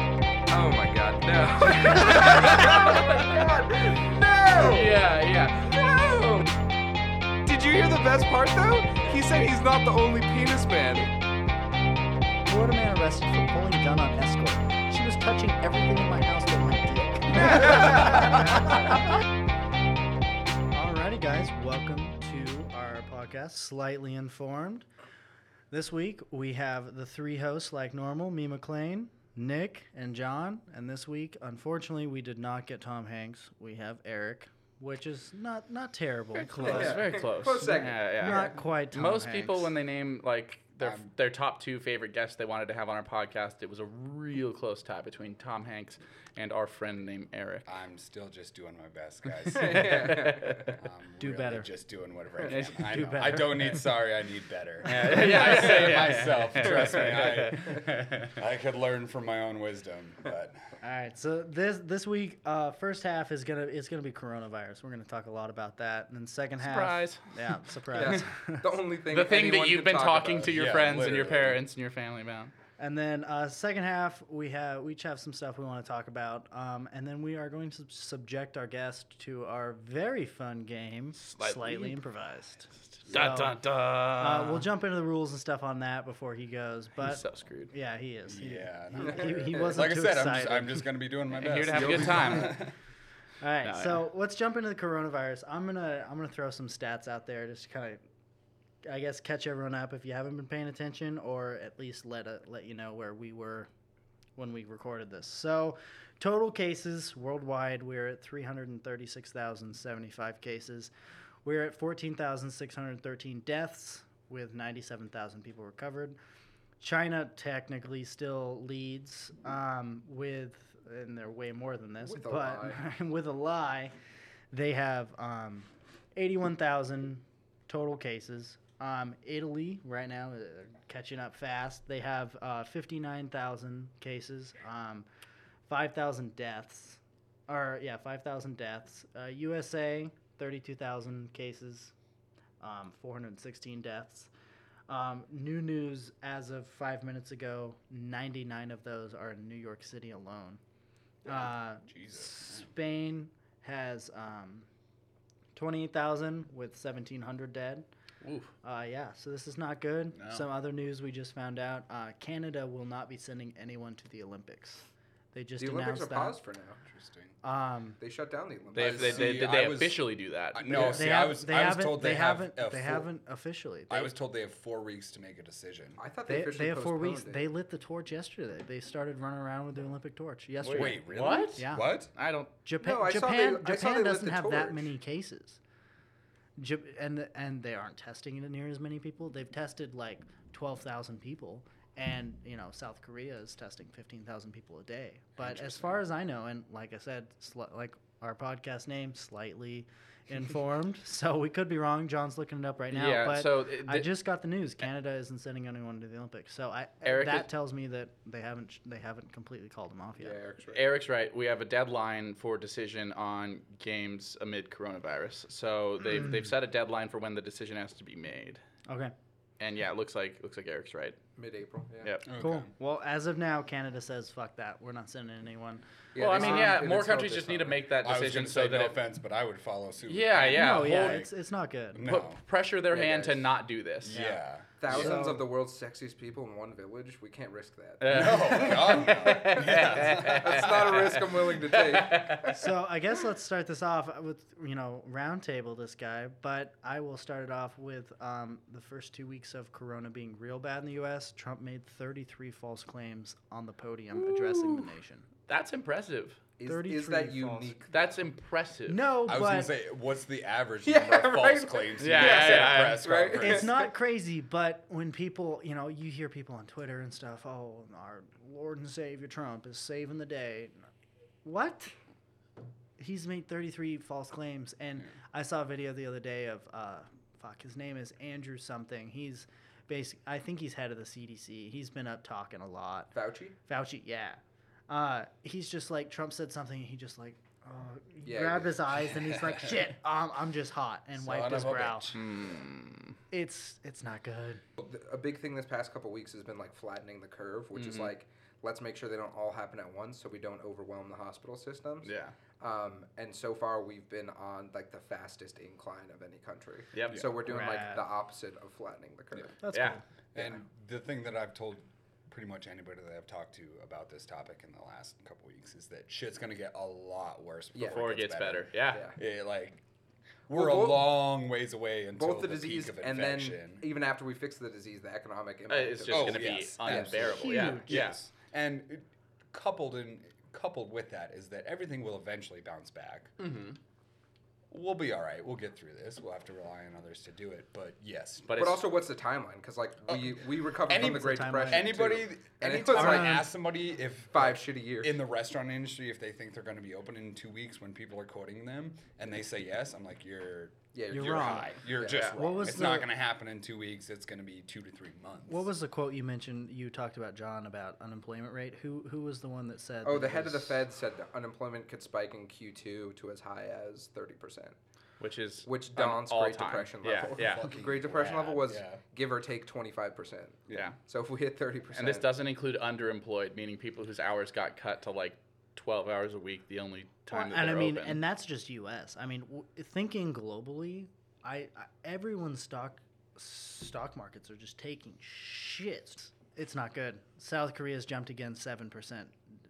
Oh my god, no. No! yeah, yeah. No! Did you hear the best part though? He said he's not the only penis man. Florida man arrested for pulling gun on escort. She was touching everything in my house but my dick. Alrighty, guys, welcome to our podcast, Slightly Informed. This week we have the three hosts, like normal: me, McLean, Nick, and John. And this week, unfortunately, we did not get Tom Hanks. We have Eric, which is not not terrible. Close, Yeah. very close. Close second. Yeah, yeah. Not quite Tom Most Hanks. people, when they name like their their top two favorite guests they wanted to have on our podcast, it was a real close tie between Tom Hanks and our friend named Eric. I'm still just doing my best, guys. I'm Do really better. Just doing whatever I can. I, Do know. I better. don't need sorry. I need better. Yeah, yeah, I say it yeah, yeah. myself. Trust me. I, I could learn from my own wisdom, but All right, so this this week, uh, first half is gonna it's gonna be coronavirus. We're gonna talk a lot about that, and then second Surprise. half, yeah, surprise. the only thing. the thing that anyone you've could been talk talking about. to your Yeah, friends and your literally. parents and your family about. and then uh, second half, we have we each have some stuff we want to talk about, um, and then we are going to subject our guest to our very fun game, slightly, improvised. Dun, So, dun, dun. Uh, we'll jump into the rules and stuff on that before he goes, but so screwed. yeah, he is. He- yeah. no. he, he, wasn't like I too said, I'm excited. just, I'm just going to be doing my best. Here to have a good time. All right, No, so let's jump into the coronavirus. I'm gonna I'm gonna throw some stats out there just to kind of, I guess, catch everyone up if you haven't been paying attention, or at least let uh let you know where we were when we recorded this. So, total cases worldwide, we're at 336,075 cases. We're at 14,613 deaths with 97,000 people recovered. China technically still leads um, with, and they're way more than this, With a but with a lie, they have um, 81,000 total cases. Um, Italy right now uh, catching up fast. They have uh, 59,000 cases, um, 5,000 deaths, or yeah, 5,000 deaths. Uh, USA 32,000 cases, um, 416 deaths. Um, new news as of five minutes ago: 99 of those are in New York City alone. Uh, Jesus. Spain has um, 28,000 with 1,700 dead. Oof. Uh, yeah, so this is not good. No. Some other news we just found out: uh, Canada will not be sending anyone to the Olympics. They just The announced Olympics are that. paused for now. Interesting. Um, They shut down the Olympics. They, they, they, see, did they I was- officially do that? I- Uh, no, see, I have- was, they I was haven't- told they, have haven't. a they four- haven't officially. They, I was told they have four weeks to make a decision. I thought they, They, officially they have four postponed weeks. it. They lit the torch yesterday. They started running around with the Olympic torch yesterday. Wait, really? What? Yeah. What? I don't. Japan. No, I saw they- Japan. I saw they Japan lit doesn't the have that torch. many cases. Jap- and the, and they aren't testing it near as many people. They've tested like twelve thousand people, and you know South Korea is testing fifteen thousand people a day. But as far as I know, and like I said, sli- like our podcast name, slightly informed, so we could be wrong. John's looking it up right now. Yeah, but so, uh, I th- just got the news: Canada isn't sending anyone to the Olympics. So I Eric that is- tells me that they haven't sh- they haven't completely called them off yet. Eric's right. We have a deadline for decision on games amid coronavirus. So they've they've set a deadline for when the decision has to be made. Okay. And yeah, it looks like looks like Eric's right. mid-April. Yeah. Yep. Cool. Well, as of now, Canada says fuck that. We're not sending anyone. Yeah, well, I they mean, saw- yeah, it more is held countries this just need to summer. make that I was decision going to so say, that no it offense, but I would follow suit. with Yeah, that. yeah. no, yeah, hold- it's it's not good. No. put pressure their Yeah, hand to guys. not do this. Yeah. Thousands So- of the world's sexiest people in one village. We can't risk that. Uh, No, God, no. That's not a risk I'm willing to take. So I guess let's start this off with you know roundtable this guy, but I will start it off with um, the first two weeks of Corona being real bad in the U.S. Trump made 33 false claims on the podium addressing the nation. That's impressive. Is, is that 33 false. unique? That's impressive. No, I was going to but say, what's the average Yeah, number of false right. claims? Yeah, you get yeah, at a yeah, press right. conference? it's not crazy, but when people, you know, you hear people on Twitter and stuff, oh, our Lord and Savior Trump is saving the day. What? He's made 33 false claims, and I saw a video the other day of, uh, fuck, his name is Andrew something. He's basic. I think he's head of the CDC. He's been up talking a lot. Fauci? Fauci, yeah. Uh, he's just like Trump said something. He just like uh, he Yeah, grabbed yeah. his eyes and he's like, "Shit, um, I'm just hot," and wiped Son his of a brow. bitch. Hmm. It's it's not good. A big thing this past couple weeks has been like flattening the curve, which is like let's make sure they don't all happen at once so we don't overwhelm the hospital systems. Yeah. Um, and so far, we've been on like the fastest incline of any country. Yep. So we're doing like Rad. the opposite of flattening the curve. That's yeah. cool. And the thing that I've told pretty much anybody that I've talked to about this topic in the last couple weeks is that shit's gonna get a lot worse Yeah. before, Before it gets better. Yeah. Yeah. Yeah, like we're Well, both- a long ways away until Both the, the, disease peak of and then infection. even after we fix the disease, the economic Uh, impact. it's of- just Oh, going to yes, be unbearable. absolutely. Yeah. Huge. Yeah. Yes. And it- coupled in coupled with that is that everything will eventually bounce back. Mm-hmm. Mhm. We'll be all right. We'll get through this. We'll have to rely on others to do it. But yes, But, Oh, But, it's, also, what's the timeline? Because like we we recovered any- from the Great What's the Depression. timeline? anybody, too, and it anytime was I like ask somebody if five shitty years. in the restaurant industry if they think they're going to be open in two weeks when people are quoting them and they say yes, I'm like you're. yeah, You're you're wrong. high. You're Yeah. just What wrong. was It's not the- going to happen in two weeks. It's going to be two to three months. What was the quote you mentioned? You talked about John about unemployment rate. Who who was the one that said? Oh, that the it head of the was- Fed said that unemployment could spike in Q2 to as high as 30%, which is which an downs Great all-time. Depression yeah, level. Yeah. Fucking Great Depression level rad, was yeah. give or take 25%. Yeah. So if we hit 30%. And this doesn't include underemployed, meaning people whose hours got cut to like 12 hours a week, the only Well, time that and I they're mean, open. and that's just U.S. I mean, w- thinking globally, I, I everyone's stock stock markets are just taking shits. It's not good. South Korea's jumped again seven percent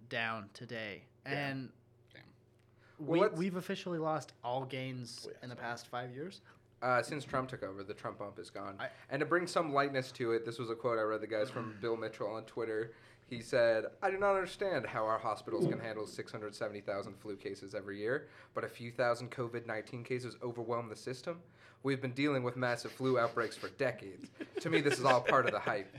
down today, and Damn. we, let's- we've officially lost all gains Oh, in the past five years. Uh, since Trump took over, the Trump bump is gone. and to bring some lightness to it, this was a quote I read, the guys from Bill Mitchell on Twitter. He said, I do not understand how our hospitals can handle 670,000 flu cases every year, but a few thousand COVID 19 cases overwhelm the system. We've been dealing with massive flu outbreaks for decades. to me, this is all part of the hype.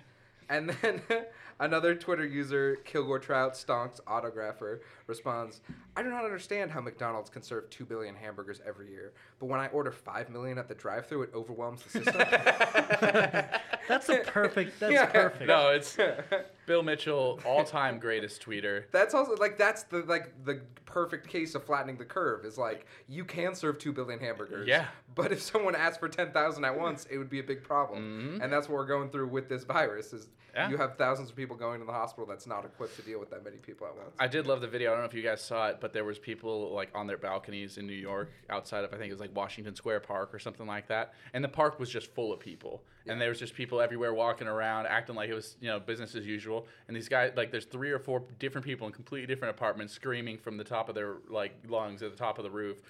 And then another Twitter user, Kilgore Trout Stonks Autographer, responds, I do not understand how McDonald's can serve 2 billion hamburgers every year, but when I order 5 million at the drive thru, it overwhelms the system. That's a perfect. That's Yeah. perfect. no, it's Bill Mitchell, all-time greatest tweeter. that's also like that's the like the perfect case of flattening the curve is like you can serve 2 billion hamburgers Yeah. but if someone asked for 10,000 at once it would be a big problem and that's what we're going through with this virus is Mm-hmm. Yeah. you have thousands of people going to the hospital that's not equipped to deal with that many people at once I did love the video. I don't know if you guys saw it, but there was people like on their balconies in New York outside of I think it was like Washington Square Park or something like that. And the park was just full of people. And there was just people everywhere walking around acting like it was, you know, business as usual. And these guys like there's three or four different people in completely different apartments screaming from the top of their like lungs at the top of the roof.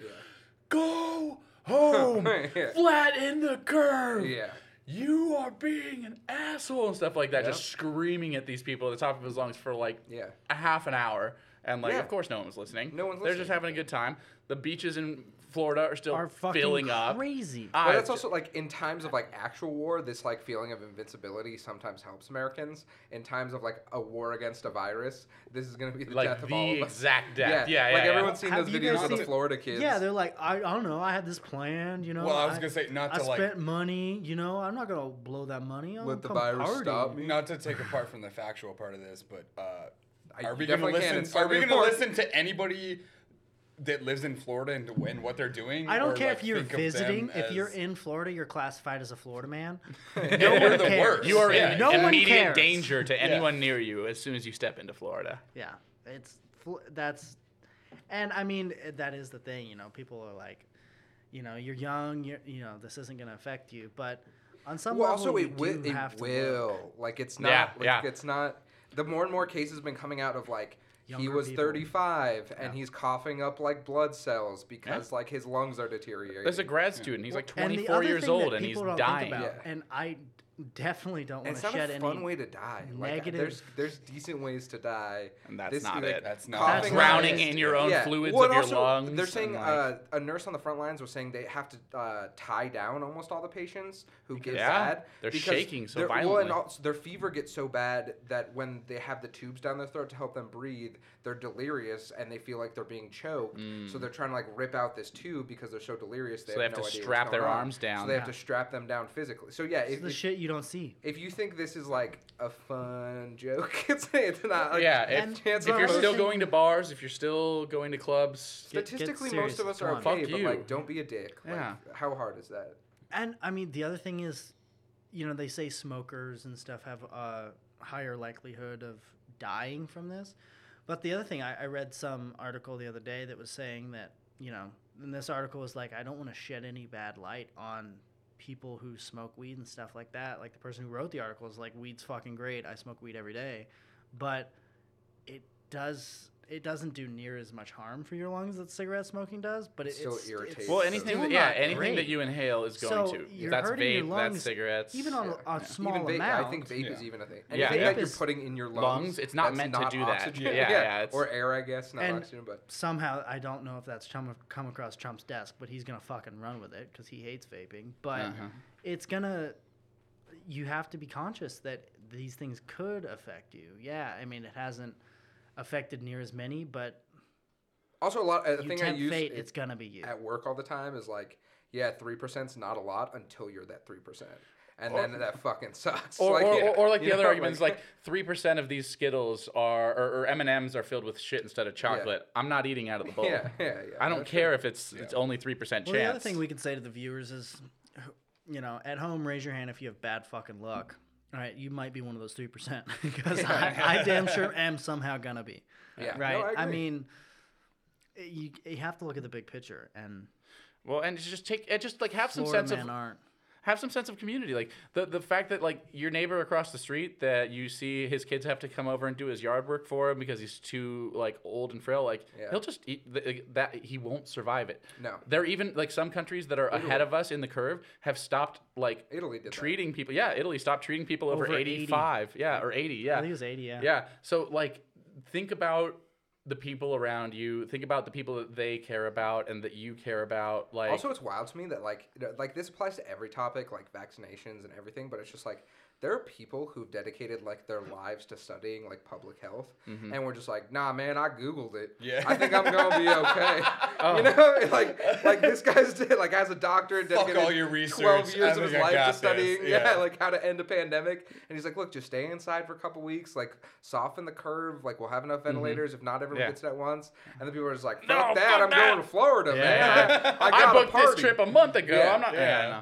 Go home. Yeah. Flatten the curve. Yeah. You are being an asshole and stuff like that, just screaming at these people at the top of his lungs for like Yeah. a half an hour. And like, Yeah. of course, no one was listening. No one's They're just listening. having a good time. The beaches in Florida are still Are fucking Oh, filling up. crazy. I- But that's also like in times of like actual war, this like feeling of invincibility sometimes helps Americans. In times of like a war against a virus, this is gonna be the like death the of all of us. exact death. Yeah, yeah. like yeah. everyone's seen Have those you guys videos of the seen- Florida kids. Yeah, they're like, I, I don't know. I had this planned, you know. Well, I was gonna say, not I to, like- spent money, you know. I'm not gonna blow that money. I'll Let the come virus party. stop me. Not to take apart from the factual part of this, but uh, I- you are we going to definitely can. listen? It's Are we certainly going to important. listen to anybody that lives in Florida and, and what they're doing? I don't or, care like, if you're think of them visiting. If you're as- in Florida, you're classified as a Florida man. No You're one the cares. worst. you are Yeah. in No one immediate cares. danger to anyone near you as soon as you step into Florida. Yeah, it's fl- that's, and I mean eh, that is the thing. You know, people are like, you know, you're young. You're, you know, this isn't gonna affect you, but on some Well, level, also you it, wi- do it have to will. look. Like it's not. Yeah, like, yeah. It's not. The more and more cases have been coming out of like he Younger was people. 35 and he's coughing up like blood cells because like his lungs are deteriorating. There's a grad student. He's like And the 24 other years thing that old and he's people don't think dying. about, Yeah. And I definitely And don't want it's to not shed a fun any way to die. Like, negative- there's there's decent ways to die. And that's not it. That's not coughing That's up- drowning in your own fluids Well, of and your also, lungs They're saying and, like- uh, a nurse on the front lines was saying they have to uh, tie down almost all the patients who get Yeah, bad. they're because shaking so their- Well, and violently. also their fever gets so bad that when they have the tubes down their throat to help them breathe, they're delirious and they feel like they're being choked. So they're trying to like rip out this tube because they're so delirious. They Mm. So they have, have no to idea what's strap their going on. arms down. So they have Yeah. to strap them down physically. So yeah, It's if, the if, shit you don't see. if you think this is like a fun joke, it's, it's not. Like, yeah, and if, if chances are you're most- still going to bars, if you're still going to clubs, Get- get Statistically, serious. most of us Come are on. okay, Fuck but you. like, don't be a dick. Like, Yeah. How hard is that? And I mean, the other thing is, you know, they say smokers and stuff have a higher likelihood of dying from this. But the other thing, I, I read some article the other day that was saying that, you know, and this article was like, I don't want to shed any bad light on people who smoke weed and stuff like that. Like the person who wrote the article is like, weed's fucking great. I smoke weed every day. But it does. It doesn't do near as much harm for your lungs that cigarette smoking does, but it, It's still it's, it's irritating. Well, So- anything, still that, yeah, not anything that great. you inhale is going So to. you're that's hurting your vape, lungs, that's cigarettes. even on Yeah. a, a small Even vape, amount. I think vape is Yeah. even a thing. Yeah. Anything Vape that you're is- putting in your lungs, Lungs, it's not that's meant to not do that. oxygen. Yeah, yeah, it's- or air, I guess, not And- oxygen, but somehow I don't know if that's chum, come across Trump's desk, but he's gonna fucking run with it because he hates vaping. But Uh-huh. it's gonna. You have to be conscious that these things could affect you. Yeah, I mean it hasn't affected near as many, but also a lot. A you thing I tempt use fate, it- it's gonna be you. at work all the time is like, yeah, three percent's not a lot until you're that three percent, and Or- then that fucking sucks. Or, or, yeah, or, or like you the other know, argument is like three percent of these Skittles are or, or M and M's are filled with shit instead of chocolate. I'm not eating out of the bowl. yeah, yeah, yeah. I don't that's care if it's it's only three percent Well, chance. the other thing we could say to the viewers is, you know, at home, raise your hand if you have bad fucking luck. All right, you might be one of those three percent because I, I damn sure am somehow gonna be. Yeah. No, Right. I I, agree. mean, you you have to look at the big picture, and well, and just take and just like have some Florida uh, sense men of aren't. have some sense of community. Like the the fact that like your neighbor across the street that you see his kids have to come over and do his yard work for him because he's too like old and frail. Like Yeah. he'll just eat th- that he won't survive it. No. they're even like some countries that are ahead of us in the curve have stopped like Italy did that. treating people. Yeah, Italy stopped treating people over, Over 80. 85. Yeah, or 80. Yeah, I think it was eighty. Yeah. yeah. So like think about the people around you. Think about the people that they care about and that you care about. Like Also, it's wild to me that like you know, like this applies to every topic, like vaccinations and everything. But it's just like there are people who've dedicated like their lives to studying like public health, and we're just like, nah, man, I googled it. Mm-hmm. Yeah. Oh. I think I'm gonna be okay. You know, like like this guy's did like as a doctor, dedicated all your research. twelve I years of his think I life got to this. studying, yeah. Yeah. like how to end a pandemic. And he's like, look, just stay inside for a couple weeks, like soften the curve, like we'll have enough ventilators if not everyone Mm-hmm. Yeah. gets it at once. And the people are just like, fuck No, that, fuck I'm that. going to Florida, man. Yeah. I, I, got a booked this party." trip a month ago. Yeah, I'm not. yeah. Yeah, no.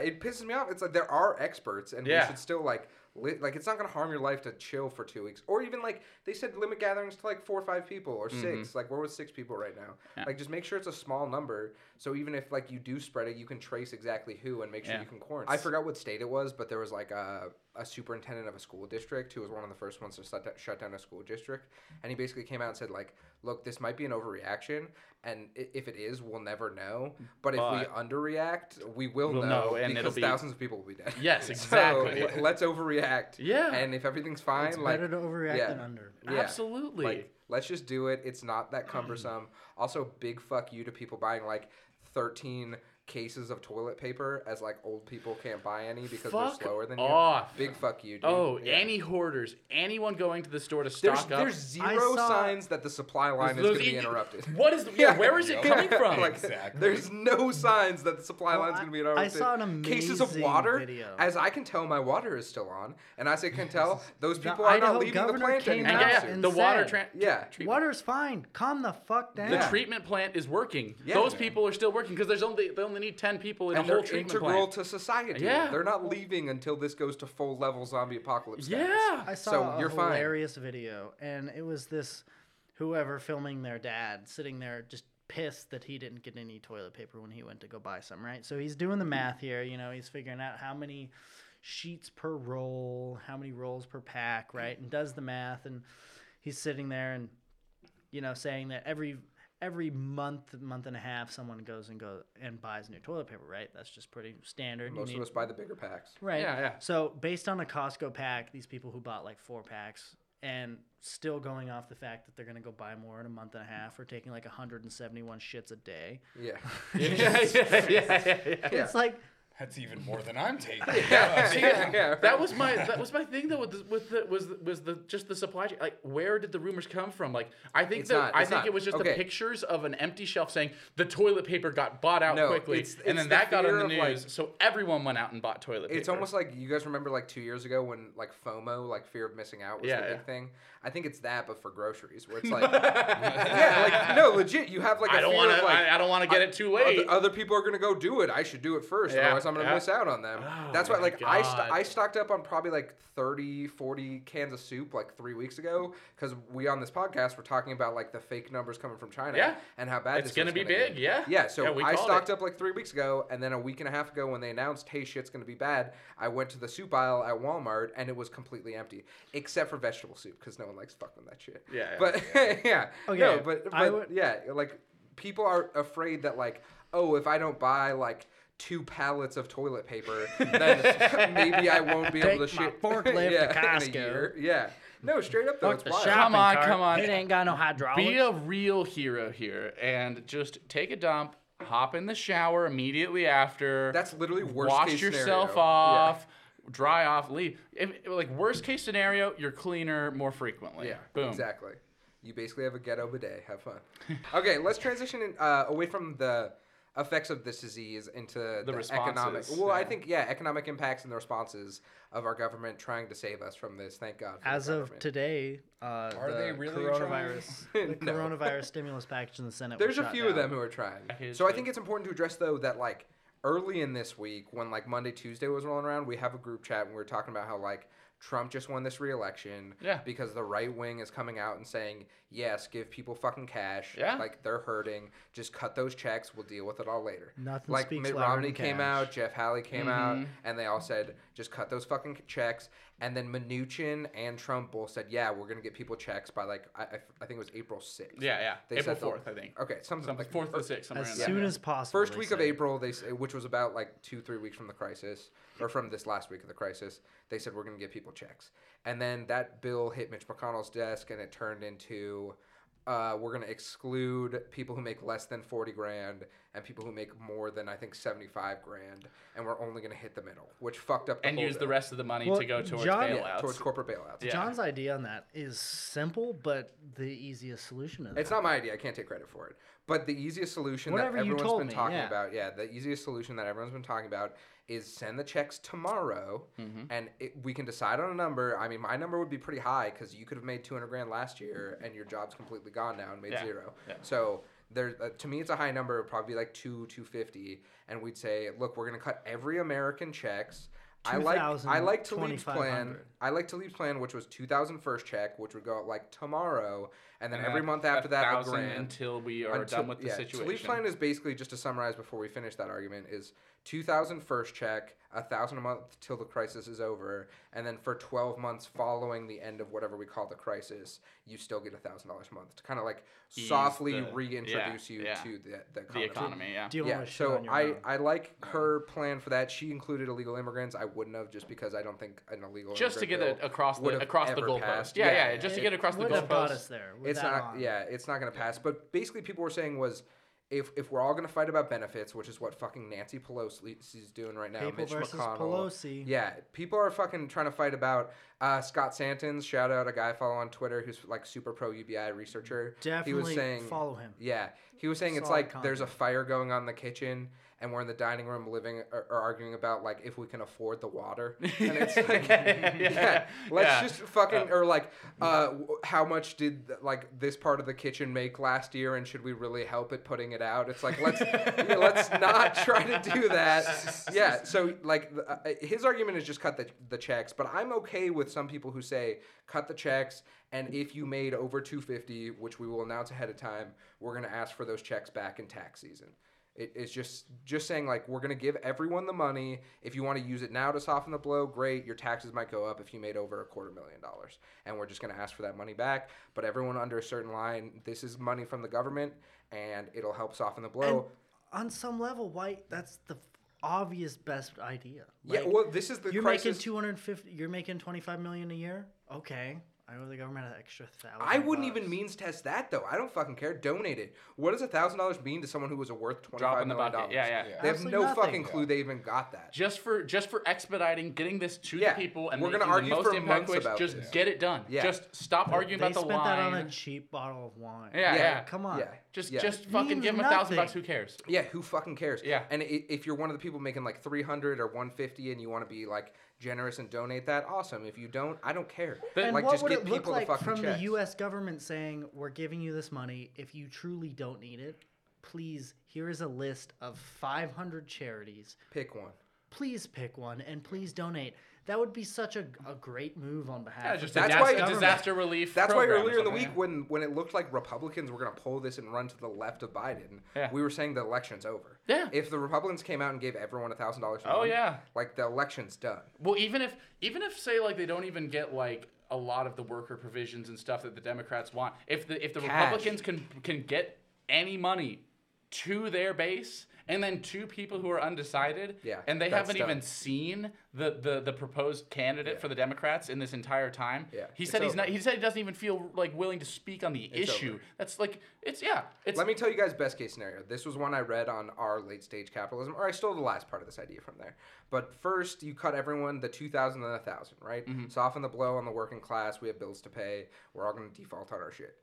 Yeah, it pisses me off. It's like there are experts, and Yeah. we should still like li- like it's not gonna harm your life to chill for two weeks, or even like they said limit gatherings to like four or five people or 6 Like we're with six people right now. Like just make sure it's a small number, so even if like you do spread it, you can trace exactly who and make sure Yeah. you can quarantine. I forgot what state it was, but there was like a a superintendent of a school district who was one of the first ones to shut da- shut down a school district, and he basically came out and said like, look, this might be an overreaction, and i- if it is, we'll never know. But, if we But- underreact, we will We'll no, know, and because it'll be- thousands of people will be dead. Yes, So, exactly. l- let's overreact. Yeah. And if everything's fine, It's like better to overreact yeah. than under. yeah. Absolutely. Like, let's just do it. It's not that cumbersome. also, big fuck you to people buying like thirteen cases of toilet paper as like old people can't buy any because Fuck they're slower than off. you. Big fuck you, dude. oh, Yeah. any hoarders, anyone going to the store to There's, stock up. there's zero saw- signs that the supply line is Those- going to be it- interrupted. What is the, yeah, Where is it Yeah. coming from? like, Exactly. There's no signs that the supply Well, line's I- going to be I interrupted. saw an Cases of amazing water, video. as I can tell, my water is still on, and as I can tell, those The people are Idaho not leaving the governor plant came and anymore. out yeah, and the water said- tran- Yeah. treatment. Water's fine. Calm the fuck down. The Yeah. treatment plant is working. Yeah. Those people are still working because there's only they only need ten people in and a they're whole treatment integral plant. to society. Yeah. They're not leaving until this goes to full level zombie apocalypse. status. Yeah. I saw So a you're fine. hilarious video, and it was this whoever filming their dad sitting there just pissed that he didn't get any toilet paper when he went to go buy some, right? So he's doing the math here. You know, he's figuring out how many sheets per roll, how many rolls per pack, right? And does the math, and he's sitting there and you know saying that every every month month and a half someone goes and go and buys new toilet paper right that's just pretty standard You Most need- of us buy the bigger packs. Right. Yeah, yeah. So based on a Costco pack, these people who bought like four packs and still going off the fact that they're gonna go buy more in a month and a half or taking like 171 shits a day. Yeah. yeah, yeah, yeah, yeah. Yeah. It's like That's even more than I'm taking. yeah. That was my that was my thing though with the, with the was the, was the just the supply chain like where did the rumors come from like I think It's that not- I it's think not. it was just the Okay. pictures of an empty shelf saying the toilet paper got bought out No, quickly it's- it's and then the that got on fear the of, news like- so everyone went out and bought toilet paper. It's almost like you guys remember like two years ago when like FOMO, like fear of missing out, was Yeah, the yeah. big thing. I think it's that, but for groceries, where it's like, yeah, like no, legit, you have like I I don't want want to I, I don't want to get it too late. Other, other people are gonna go do it. I should do it first, Yeah. otherwise I'm gonna Yeah. miss out on them. Oh, That's why, my like, I st- God. I stocked up on probably like 30, 40 cans of soup like three weeks ago because we on this podcast were talking about like the fake numbers coming from China Yeah. and how bad It's this gonna was be gonna big, yeah. Yeah, so Yeah, we I called stocked it. up like three weeks ago, and then a week and a half ago when they announced, hey, shit's gonna be bad, I went to the soup aisle at Walmart and it was completely empty except for vegetable soup because no one likes fucking that shit. Yeah, yeah, but yeah, no, Okay, but, but I would- yeah, like people are afraid that like, oh, if I don't buy like two pallets of toilet paper, then maybe I won't be able to Take my shit forklift to in Costco. a year. Yeah, no, straight up though, Fuck it's the wild. shopping Come on, cart. come on. It ain't got no hydraulics. Be a real hero here and just take a dump, hop in the shower immediately after. That's literally worst Wash case yourself scenario. off, dry off, leave. If, like worst case scenario, you're cleaner more frequently. Yeah, boom. exactly. You basically have a ghetto bidet. Have fun. Okay, let's transition in, uh, away from the effects of this disease into the, economic. responses, Well, I yeah. think yeah, economic impacts and the responses of our government trying to save us from this. Thank God. for the As of government. today, uh, Are the they really coronavirus, the No. coronavirus stimulus package in the Senate. was There's a shot few of down. them who are trying. hear So I you. think it's important to address though that like early in this week, when like Monday, Tuesday was rolling around, we have a group chat and we were talking about how like Trump just won this reelection Yeah. because the right wing is coming out and saying, Yes, give people fucking cash. Yeah. Like they're hurting. Just cut those checks, we'll deal with it all later. Nothing like speaks Mitt louder Romney than came cash. out, Jeff Halley came out, Mm-hmm. and they all said, just cut those fucking checks. And then Mnuchin and Trump both said, yeah, we're going to get people checks by like, I, I I think it was April 6th. Yeah, yeah. April said they'll- 4th, I think. Okay, something, Something like fourth or sixth, somewhere As in soon there. as possible. First they week of said. April, they s- which was about like two three weeks from the crisis or from this last week of the crisis, they said we're going to give people checks, and then that bill hit Mitch McConnell's desk, and it turned into uh, we're going to exclude people who make less than forty grand and people who make more than I think seventy five grand, and we're only going to hit the middle, which fucked up the and whole use the bill rest of the money Well, to go towards John- Yeah, bailouts. towards corporate bailouts. Yeah. John's idea on that is simple, but the easiest solution to that. It's not my idea. I can't take credit for it. But the easiest solution Whatever that you everyone's told been me, talking yeah. about, yeah, the easiest solution that everyone's been talking about is send the checks tomorrow, Mm-hmm. and it, we can decide on a number. I mean, my number would be pretty high because you could have made two hundred grand last year, and your job's completely gone now and made Yeah. zero. Yeah. So. There, uh, to me, it's a high number. It'd probably be like two, two fifty, and we'd say, "Look, we're gonna cut every American checks. I like, I 2,000, like Talib's plan. 2,500. I like Talib's plan, which was two thousand first check, which would go out like tomorrow, and then And every a- month after a that, a thousand grand. until we are Until- done with the yeah, situation. Talib's plan is basically just to summarize before we finish that argument is 2000 first check, a thousand a month till the crisis is over, and then for 12 months following the end of whatever we call the crisis, you still get a thousand dollars a month to kind of like Ease softly the- reintroduce yeah, you yeah. to the, the the economy. Yeah. Dealing Yeah, with shit so on your I, own. I like her plan for that. She included illegal immigrants. I wouldn't have just because I don't think an illegal Just to get immigrant it bill across would the have across the ever goalpost. passed. Yeah, yeah, Just to it- get across the Would have got us goalpost. there. with it's that not on. yeah it's not going to pass but basically people were saying was if, if we're all going to fight about benefits which is what fucking nancy pelosi is doing right now People mitch versus mcconnell Pelosi. yeah people are fucking trying to fight about uh, scott santons shout out a guy i follow on twitter who's like super pro ubi researcher he was Definitely saying follow him. yeah he was saying it's Solid like there's a content. fire going on in the kitchen and we're in the dining room living or, or arguing about like if we can afford the water and it's like Yeah, yeah. Let's yeah. just fucking or like uh w- how much did like this part of the kitchen make last year and should we really help it putting it out? It's like let's yeah, let's not try to do that. Yeah, so like th- uh, his argument is just cut the the checks, but I'm okay with some people who say cut the checks and if you made over 250, which we will announce ahead of time, we're going to ask for those checks back in tax season. It, it's just just saying like we're gonna give everyone the money. If you want to use it now to soften the blow, great. Your taxes might go up if you made over a quarter million dollars, and we're just gonna ask for that money back. But everyone under a certain line, this is money from the government, and it'll help soften the And blow. on some level, why? That's the obvious best idea. yeah, Like, well, this is the you're crisis. making 250. You're making 25 million a year. Okay, I owe the government an extra thousand. I wouldn't even bucks. means test that though. I don't fucking care. Donate it. What does a thousand dollars mean to someone who was worth twenty Drop five in the million dollars? bucket. Yeah, yeah. Yeah. They have Absolutely no nothing. fucking clue they even got that. Just for just for expediting getting this to Yeah. the people and We're gonna making the argue most for impact months ways, about just this. get it done. Yeah. Just stop arguing They about the spent that on wine. a cheap bottle of wine. Yeah, Yeah. yeah. Come on. Yeah. Just Yeah. just fucking Means give him a thousand bucks. nothing. Who cares? Yeah, who fucking cares? Yeah. And i- if you're one of the people making like 300 or 150 and you want to be like generous and donate that, awesome. If you don't, I don't care. And like what just would get it look people like the fucking from checks. the U.S. government saying, "We're giving you this money. If you truly don't need it, please here is a list of 500 charities. Pick one. please pick one and please donate. That would be such a, a great move on behalf. Yeah, of just the That's a why disaster, government- disaster relief. That's why program or earlier in the something, week, yeah. when when it looked like Republicans were going to pull this and run to the left of Biden, Yeah. we were saying the election's over. Yeah. If the Republicans came out and gave everyone a thousand dollars, Oh, yeah. like the election's done. Well, even if even if say like they don't even get like a lot of the worker provisions and stuff that the Democrats want, if the if the Cash. Republicans can can get any money to their base and then two people who are undecided Yeah, and they that's haven't done. even seen the, the the proposed candidate for the Democrats in this entire time. Yeah, He it's said he's over. not he said he doesn't even feel like willing to speak on the It's issue. over. That's like it's yeah, it's Let me tell you guys best case scenario. This was one I read on our late stage capitalism, or I stole the last part of this idea from there. But first, you cut everyone the two thousand and a thousand, right? Mm-hmm. Soften the blow on the working class. We have bills to pay. We're all going to default on our shit.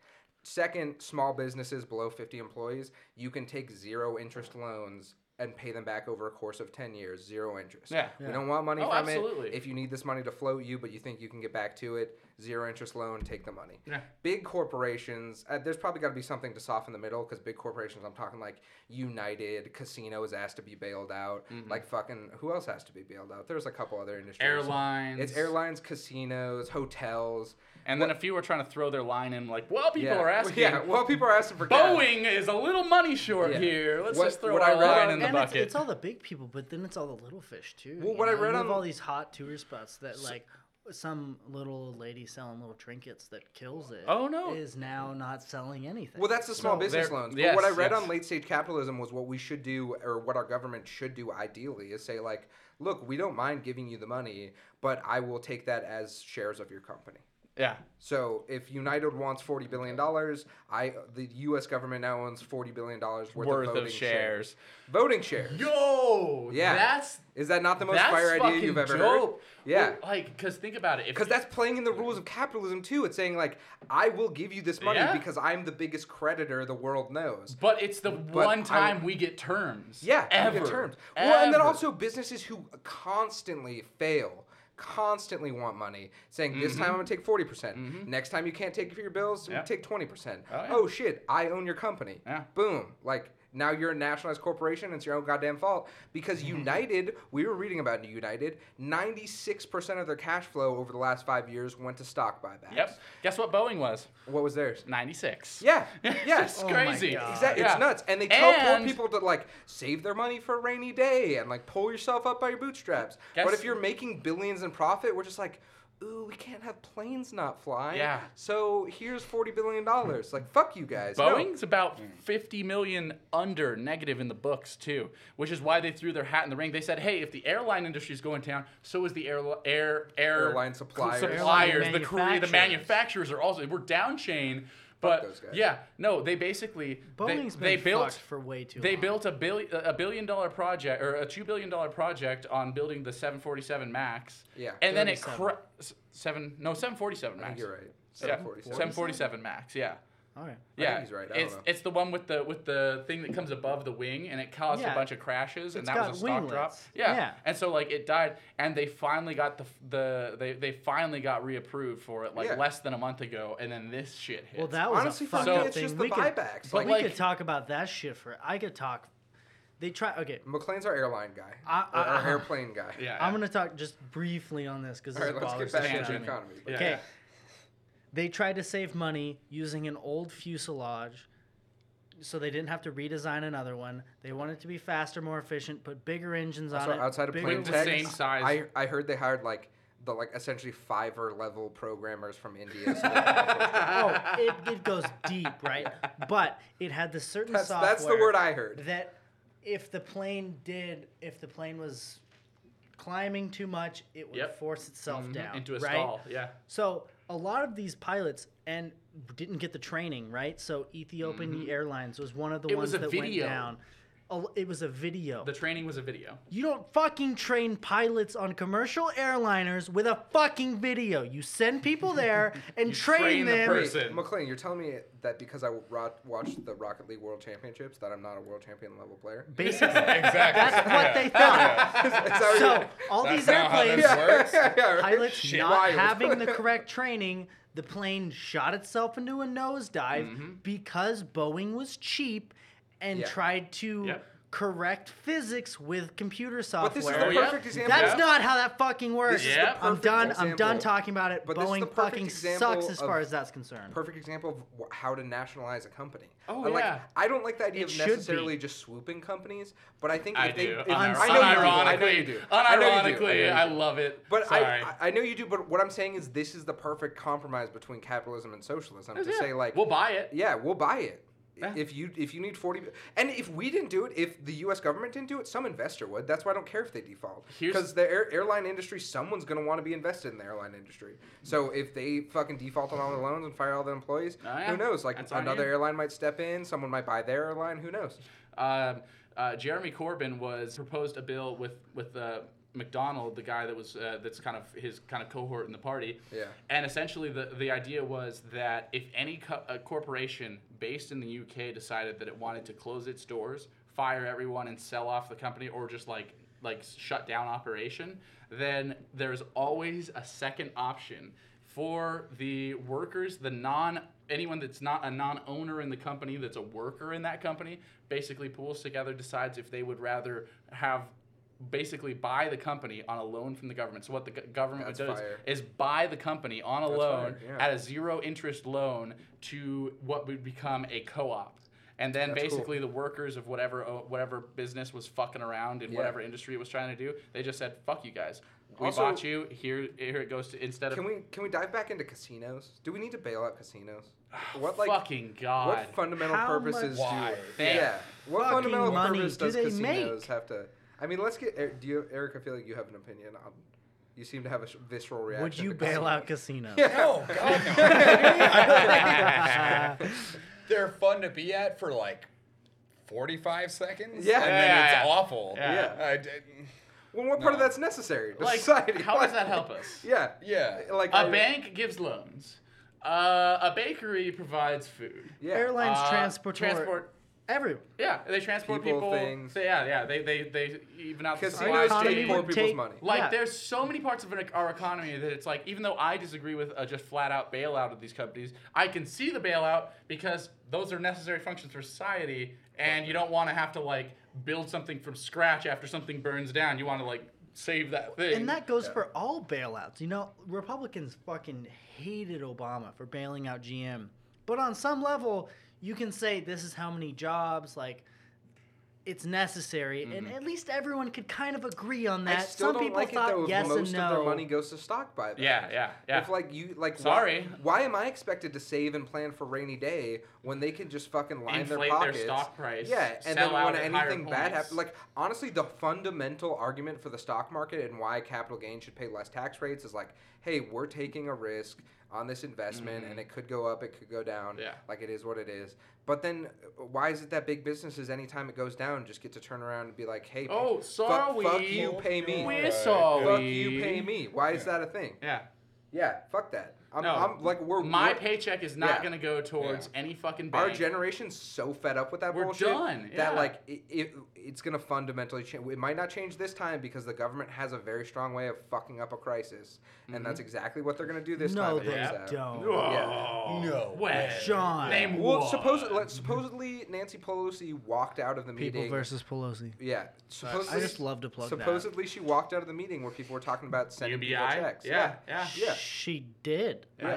Second, small businesses below fifty employees, you can take zero interest loans and pay them back over a course of ten years, zero interest. Yeah. we don't want money Oh, from absolutely. it. If you need this money to float you, but you think you can get back to it, zero interest loan, take the money. Yeah. Big corporations, uh, there's probably got to be something to soften the middle because big corporations, I'm talking like United, Casino is asked to be bailed out. Mm-hmm. Like fucking, who else has to be bailed out? There's a couple other industries. airlines. It's airlines, casinos, hotels. And then a few are trying to throw their line in like, well, people yeah. are asking. Yeah, well, people are asking for cash. Boeing is a little money short Yeah. here. Let's What- just throw what I our read line on- in the and bucket. It's, it's all the big people, but then it's all the little fish too. Well, you what I know? You read have on- all these hot tourist spots that like some little lady selling little trinkets that kills it. Oh, no. is now not selling anything. Well, that's the small No, business they're- loans. But yes, what I read yes. on late stage capitalism was what we should do, or what our government should do ideally, is say, like, look, we don't mind giving you the money, but I will take that as shares of your company. yeah. So if United wants forty billion dollars, I the U.S. government now owns forty billion dollars worth, Worth of, of voting shares. shares. Voting shares. Yo, Yeah. that's Is that not the most that's fire idea fucking you've ever dope. heard? Yeah. Well, oh. like, cause think about it. If Because that's playing in the rules of capitalism too. It's saying like, I will give you this money Yeah. because I'm the biggest creditor the world knows. but it's the one I- time we get terms. Yeah, ever in terms. Well, and then Ever. also businesses who constantly fail, constantly want money, saying this time I'm gonna take forty percent. Next time you can't take it for your bills, Mm-hmm. Yeah. take twenty percent. Oh, yeah. Oh shit, I own your company. Yeah. Boom. Like now you're a nationalized corporation. It's your own goddamn fault because Mm-hmm. United. we were reading about United. Ninety-six percent of their cash flow over the last five years went to stock buybacks. Yep. Guess what Boeing was? What was theirs? Ninety six. Yeah. Yes. Yes. It's Oh my crazy. God. Exactly. Yeah. It's nuts. And they tell And- poor people to like save their money for a rainy day and like pull yourself up by your bootstraps. Guess- But if you're making billions in profit, we're just like, ooh, we can't have planes not fly. Yeah. So here's forty billion dollars. Like fuck you guys. No. Boeing's about 50 million under negative in the books too, which is why they threw their hat in the ring. They said, "Hey, if the airline industry's going down, so is the air air, air Airline suppliers. suppliers Airline the career, the manufacturers. manufacturers are also we're down chain." But those guys. yeah, no, they basically Boeing's they, been they built fucked for way too They long. built a billion a billion dollar project or a two billion dollar project on building the 747 Max. Yeah. and then it cra- s- seven no 747 Max. I think you're right. Yeah, Seven forty seven. 747 Max. Yeah. all right. Yeah, he's right. I don't it's know. it's the one with the with the thing that comes above the wing, and it caused a Yeah. bunch of crashes, and It's that was a got stock drop. winglets. Yeah. Yeah. and so like it died, and they finally got the f- the they, they finally got reapproved for it like Yeah. less than a month ago, and then this shit hit. Well, that was Honestly, a for fucked me, fucking up it's thing. just the we could, buybacks. but Like we like- could talk about that shit for. I could talk. They try. Okay, McLean's our airline guy. I- uh, Or I- our airplane guy. yeah, I'm gonna talk just briefly on this because All this right, let's bothers get the back shit into out the of me. economy. Yeah. Okay. They tried to save money using an old fuselage so they didn't have to redesign another one. They wanted it to be faster, more efficient, put bigger engines on So it. outside of bigger plain With the text, same size. I, I heard they hired like the like essentially fiver level programmers from India. So they can also- Oh, it, it goes deep, right? But it had this certain that's, software. that's the word I heard. that if the plane did if the plane was climbing too much it would Yep. Mm-hmm. force itself down into a right? stall. Yeah, so a lot of these pilots and didn't get the training right so ethiopian airlines was one of the Mm-hmm. It ones was a that video. went down A- it was a video the training was a video. you don't fucking train pilots on commercial airliners with a fucking video you send people there and You train, train the them person. Wait, McLean, you're telling me that because I ro- watched the Rocket League World Championships that I'm not a world champion level player? basically Exactly. that's what they thought Is that what so you're- all these not how airplanes this yeah, yeah, right. pilots Shit. not Wild. having the correct training, the plane shot itself into a nosedive because Boeing was cheap Mm-hmm. and Yeah. tried to Yep. correct physics with computer software. But this is the Where- Yeah. perfect example. That's Yeah. not how that fucking works. This is the Yeah. I'm perfect done. I'm example. done talking about it. But this is the perfect Boeing fucking example sucks as far of as that's concerned. perfect example of wh- how to nationalize a company. Oh, I like, yeah. I don't like the idea It of should necessarily just swooping companies, but I think I if they, do. if- Unir- I know you do. unironically, I know you do. I know you do. I know you do. unironically, I, love it. But I, Sorry. I- I know you do. But what I'm saying is, this is the perfect compromise between capitalism and socialism. To Oh, Yeah. say like, we'll buy it. yeah, we'll buy it. Yeah. If you if you need forty, and if we didn't do it, if the U.S. government didn't do it, some investor would. That's why I don't care if they default. Here's- Because the air, airline industry, someone's going to want to be invested in the airline industry. So if they fucking default on all their loans and fire all their employees, Oh, yeah. who knows? Like That's on another you. airline might step in. Someone might buy their airline. Who knows? Um, uh, Jeremy Corbyn was proposed a bill with with uh, McDonald, the guy that was uh, that's kind of his kind of cohort in the party. Yeah. And essentially, the the idea was that if any co- uh, corporation based in the UK decided that it wanted to close its doors, fire everyone, and sell off the company, or just like like shut down operation, then there's always a second option for the workers, the non anyone that's not a non-owner in the company that's a worker in that company basically pools together decides if they would rather have basically buy the company on a loan from the government. So what the go- government That's would do is- fire. is buy the company on a That's loan fire, yeah. at a zero interest loan to what would become a co-op. And then That's cool. basically the workers of whatever o- whatever business was fucking around in Yeah. whatever industry it was trying to do, they just said, "Fuck you guys, we Also- bought you. Here, here it goes to instead of Can we can we dive back into casinos? Do we need to bail out casinos? What like Ah, fucking god." what fundamental How purposes do? much Thank- Yeah. What Fucking fundamental money purpose do does they casinos make? have to? I mean, let's get. Eric- Do you, Eric? I feel like you have an opinion on. You seem to have a sh- visceral reaction. Would you to bail out casinos. casinos? No, Oh, God, no. I don't think- They're fun to be at for like 45 seconds. Yeah. And then Yeah. it's awful. Yeah. I didn't- Well, what part of No. that's necessary? to Like, society? how does Like- that help us? Yeah. Yeah. Like A I- bank gives loans. Uh, a bakery provides food. Yeah. Airlines Uh, transport. transport. Everyone. Yeah, they transport People, people. things. They- yeah, yeah, they they they even out the Casinos take supply Economy chain. more would people's take- money. Like Yeah. there's so many parts of an, our economy that it's like even though I disagree with a just flat out bailout of these companies, I can see the bailout because those are necessary functions for society, and you don't want to have to like build something from scratch after something burns down. You want to like save that thing. And that goes for all bailouts. You know, Republicans fucking hated Obama for bailing out GM. But on some level, you can say this is how many jobs, like, it's necessary. And at least everyone could kind of agree on that. Mm-hmm. I still some don't people like thought it though. if yes most and no. of their money goes to stock buybacks. yeah, yeah, yeah. If like you like, why- Sorry. Why, am I expected to save and plan for rainy day when they can just fucking line their Inflate their pockets? stock price, Yeah, and sell then out when at higher anything bad points. happens, like honestly, the fundamental argument for the stock market and why capital gains should pay less tax rates is like, hey, we're taking a risk on this investment, and it could go up, it could go down. Mm-hmm. Yeah. like it is what it is. But then, uh, why is it that big businesses, anytime it goes down, just get to turn around and be like, hey, Oh, fuck- sorry. fuck you, pay me. We're sorry. Fuck you, pay me. Why is that a thing? Yeah. Yeah, fuck that. I'm, No. I'm like we're My we're- paycheck is not Yeah. going to go towards any fucking bank. Our generation's so fed up with that We're bullshit done, yeah. that like it, it, it's gonna fundamentally change. It might not change this time because the government has a very strong way of fucking up a crisis, and that's Mm-hmm. exactly what they're gonna do this time. no, it they turns out. don't. No way. Sean. Name Well, one. suppose like, supposedly Nancy Pelosi walked out of the meeting. People versus Pelosi. yeah, supposedly, just love to plug that. Supposedly, she walked out of the meeting where people were talking about sending people UBI? checks. Yeah, yeah. yeah. She did. Yeah. I,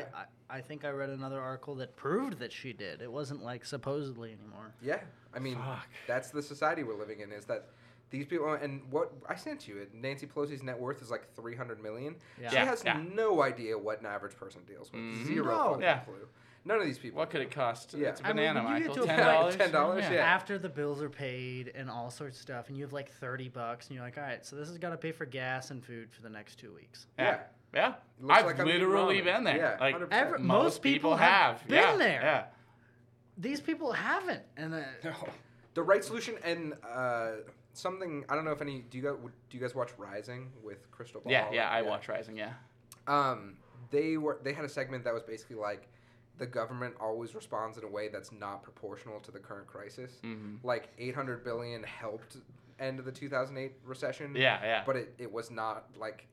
I, I think I read another article that proved that she did. It wasn't like supposedly anymore. Yeah, I mean, that's the society we're living in. Is that these people uh, and what I sent you? it, Nancy Pelosi's net worth is like three hundred million. Yeah. She Yeah, has yeah. no idea what an average person deals with. Zero No. fucking Yeah. clue. None of these people. What could it cost? Yeah. It's a I mean, banana, when you get to Michael. a Ten dollars. point- $10, yeah. After the bills are paid and all sorts of stuff, and you have like 30 bucks, and you're like, all right, so this has got to pay for gas and food for the next two weeks. Yeah. Yeah. It looks I've like I'm eating literally ramen. been there. Yeah, like 100%. Ever- most, people have, been yeah, there. Yeah. These people haven't. And uh, No. The right solution and uh, something I don't know if any do you guys do you guys watch Rising with Crystal Ball? Yeah. Yeah. I watch Rising. Yeah. Um, they were they had a segment that was basically like the government always responds in a way that's not proportional to the current crisis. Like 800 billion helped end of the 2008 recession. Yeah, yeah. But it, it was not like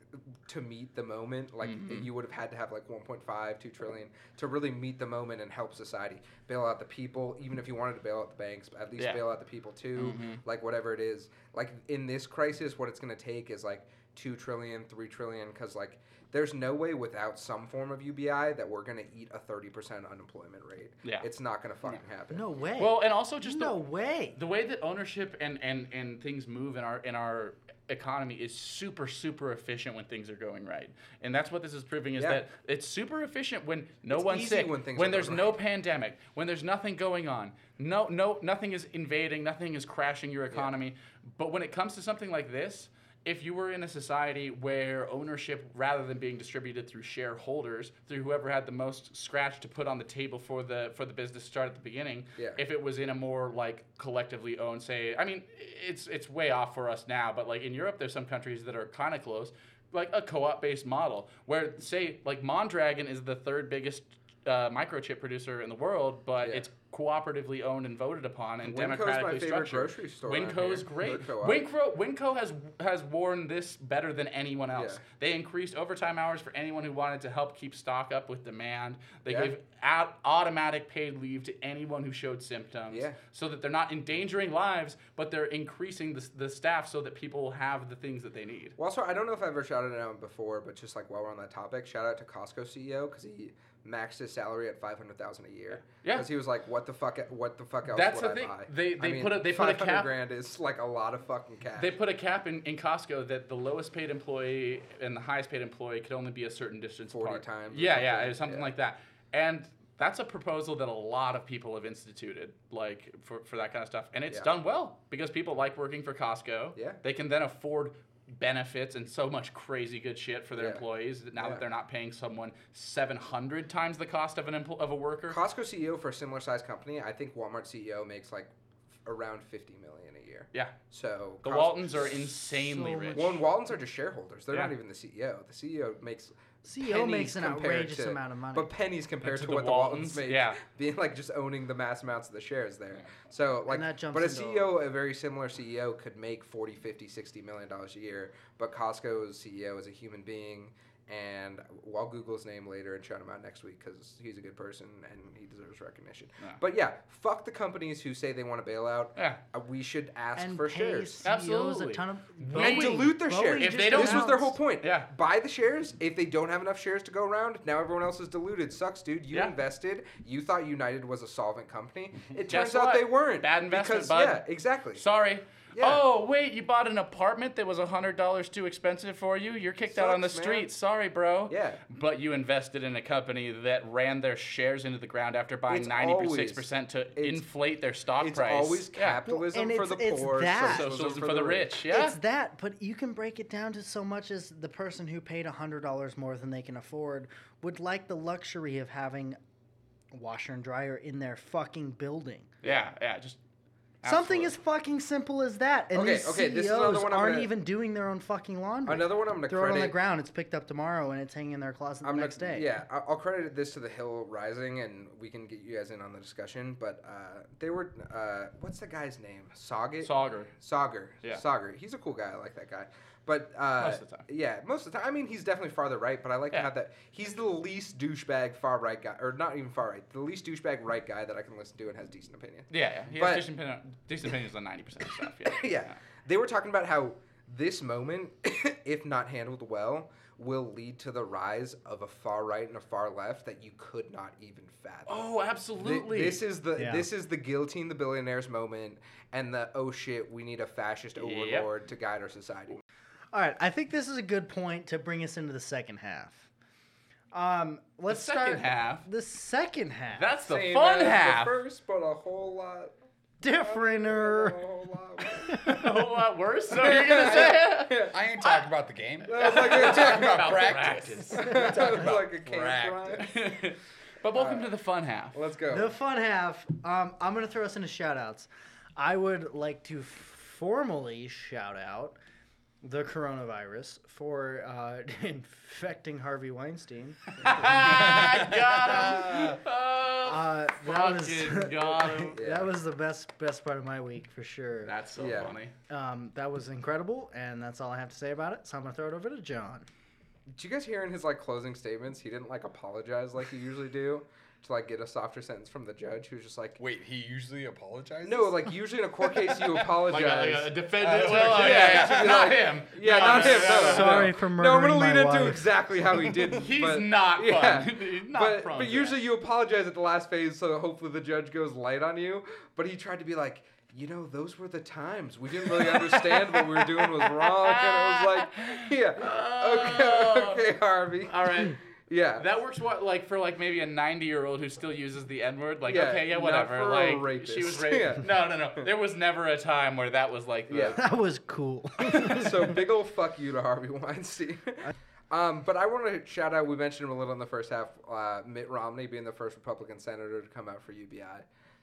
to meet the moment. Like Mm-hmm. you would have had to have like 1.5, 2 trillion to really meet the moment and help society bail out the people. Even if you wanted to bail out the banks, at least Yeah. Mm-hmm. bail out the people too. Like whatever it is. Like in this crisis, what it's going to take is like 2 trillion, 3 trillion, because like there's no way without some form of UBI that we're going to eat a 30% unemployment rate. Yeah. It's not going to fucking happen. No way. Well, and also just no the, way. the way that ownership and, and, and things move in our in our economy is super super efficient when things are going right and that's what this is proving is Yeah. that it's super efficient when no It's one's easy sick when things are there's going no right. pandemic when there's nothing going on no no nothing is invading nothing is crashing your economy but when it comes to something like this if you were in a society where ownership rather than being distributed through shareholders through whoever had the most scratch to put on the table for the for the business to start at the beginning Yeah. if it was in a more like collectively owned say i mean it's it's way off for us now but like in europe there's some countries that are kind of close like a co-op based model where say like mondragon is the third biggest uh, microchip producer in the world but Yeah. it's cooperatively owned and voted upon and Winco's my democratically favorite structured grocery store around winco's here. great Their co-op. winco winco has has worn this better than anyone else Yeah. they increased overtime hours for anyone who wanted to help keep stock up with demand they Yeah. gave out automatic paid leave to anyone who showed symptoms Yeah. so that they're not endangering lives but they're increasing the, s- the staff so that people will have the things that they need Well, also, I don't know if I ever shouted it out before, but just like while we're on that topic, shout out to Costco CEO because he maxed his salary at five hundred thousand a year. Yeah. because he was like, "What the fuck? e-, What the fuck else That's would the I thing. buy?" They- I they put a- they put a 500 cap- grand is like a lot of fucking cash. They put a cap in, in Costco that the lowest paid employee and the highest paid employee could only be a certain distance 40 apart. times or Yeah, yeah, something. it was something Yeah. like that. And that's a proposal that a lot of people have instituted, like for, for that kind of stuff. And it's Yeah. done well because people like working for Costco. Yeah. They can then afford benefits and so much crazy good shit for their Yeah. employees that now Yeah. that they're not paying someone 700 times the cost of an empl- of a worker. Costco CEO for a similar sized company. I think Walmart CEO makes like f- around fifty million a year. yeah. So The Costco- Waltons are insanely so rich. Well, and Waltons are just shareholders. They're not Yeah. even the CEO. The CEO makes CEO pennies E makes an compared outrageous to- amount of money. but pennies compared to to the what the Waltons, Waltons, make. yeah. being like just owning the mass amounts of the shares there. So like, that jumps but a into- CEO, a very similar CEO, could make 40, 50, 60 million dollars a year. But Costco's CEO is a human being. And I'll Google his name later and shout him out next week because he's a good person and he deserves recognition. But yeah, fuck the companies who say they want to bail out. Yeah. Uh, we should ask and for pay shares. CEOs Absolutely. a ton of And Boeing- dilute their Boeing shares. If just they don't- This was their whole announced- point. Yeah. Buy the shares. If they don't have enough shares to go around, now everyone else is diluted. Sucks, dude. You Yeah. invested. You thought United was a solvent company. It Guess turns out what? they weren't. Bad investment, because, bud. Yeah, exactly. Sorry. Yeah. Oh, wait, you bought an apartment that was $100 too expensive for you? You're kicked out on the Sucks, man. street. Sorry, bro. Yeah. But you invested in a company that ran their shares into the ground after buying It's 96% to it's- inflate their stock it's price. always Yeah. capitalism Well, and for the it's- it's poor, that. socialism, Socialism for the rich. Yeah. It's that, but you can break it down to so much as the person who paid hundred dollars more than they can afford would like the luxury of having a washer and dryer in their fucking building. yeah, yeah, just Something absolutely. as fucking simple as that, and Okay, these okay, this is CEOs another one I'm aren't gonna- even doing their own fucking laundry. Another one I'm gonna throw it on the credit- ground. It's picked up tomorrow, and it's hanging in their closet the not- next day. Yeah, I- I'll credit this to the Hill Rising, and we can get you guys in on the discussion. But uh, they were, uh, what's the guy's name? Soggett. Sauger. Sagar. Yeah. Sagar. He's a cool guy. I like that guy. But uh, Most of the time. yeah, most of the time. I mean, he's definitely farther right, but I like to Yeah. have that. He's the least douchebag far right guy, or not even far right, the least douchebag right guy that I can listen to and has decent opinion. Yeah, yeah. He But- has decent, opinion, decent opinions on 90% of stuff. Yeah. yeah, they were talking about how this moment, if not handled well, will lead to the rise of a far right and a far left that you could not even fathom. Oh, Thi- absolutely. this is the Yeah. this is the guillotine the billionaires moment and the oh shit we need a fascist overlord to guide our society. All right, I think this is a good point to bring us into the second half. Um, let's start second half? The second half. That's the Same fun as the half. first, but a whole lot. A differenter. whole lot. a whole lot worse. So you're gonna say I ain't talking about the game. I was like, we're talking about about practice. practice. I was like a camp Practice. ride. but Uh, welcome to the fun half. Let's go. The fun half. Um, I'm gonna throw us into shout outs. I would like to formally shout out the coronavirus for uh, infecting Harvey Weinstein. I got him. Oh, Uh, that was fucking got him. Yeah. that was the best best part of my week for sure. That's so Yeah. funny. Um, that was incredible, and that's all I have to say about it. So I'm gonna throw it over to John. Did you guys hear in his like closing statements? He didn't like apologize like you usually do to like get a softer sentence from the judge. He was just like, Wait, he usually apologizes? no, like usually in a court case you apologize. Like a, like a defendant. Uh, well, yeah, yeah, yeah, yeah, Oh, yeah. not Like- him. yeah, No, not no, him. no, No, no, no. Sorry for No, I'm murdering gonna lead my into wife. exactly how he didn't. He's but- not fun. yeah. He's not but, prone but to usually that. you apologize at the last phase, so hopefully the judge goes light on you. But he tried to be like, you know, those were the times. We didn't really understand what we were doing was wrong. And I was like, yeah, okay, okay, Harvey. All right. Yeah. That works what like for like maybe a 90 year old who still uses the N word. Like Yeah, okay, yeah, not whatever. for a like she rapist. was raped. Yeah. No, no, no. There was never a time where that was like the. Yeah. That was cool. so big ol' fuck you to Harvey Weinstein. Um, but I want to shout out. We mentioned him a little in the first half. Uh, Mitt Romney being the first Republican senator to come out for UBI.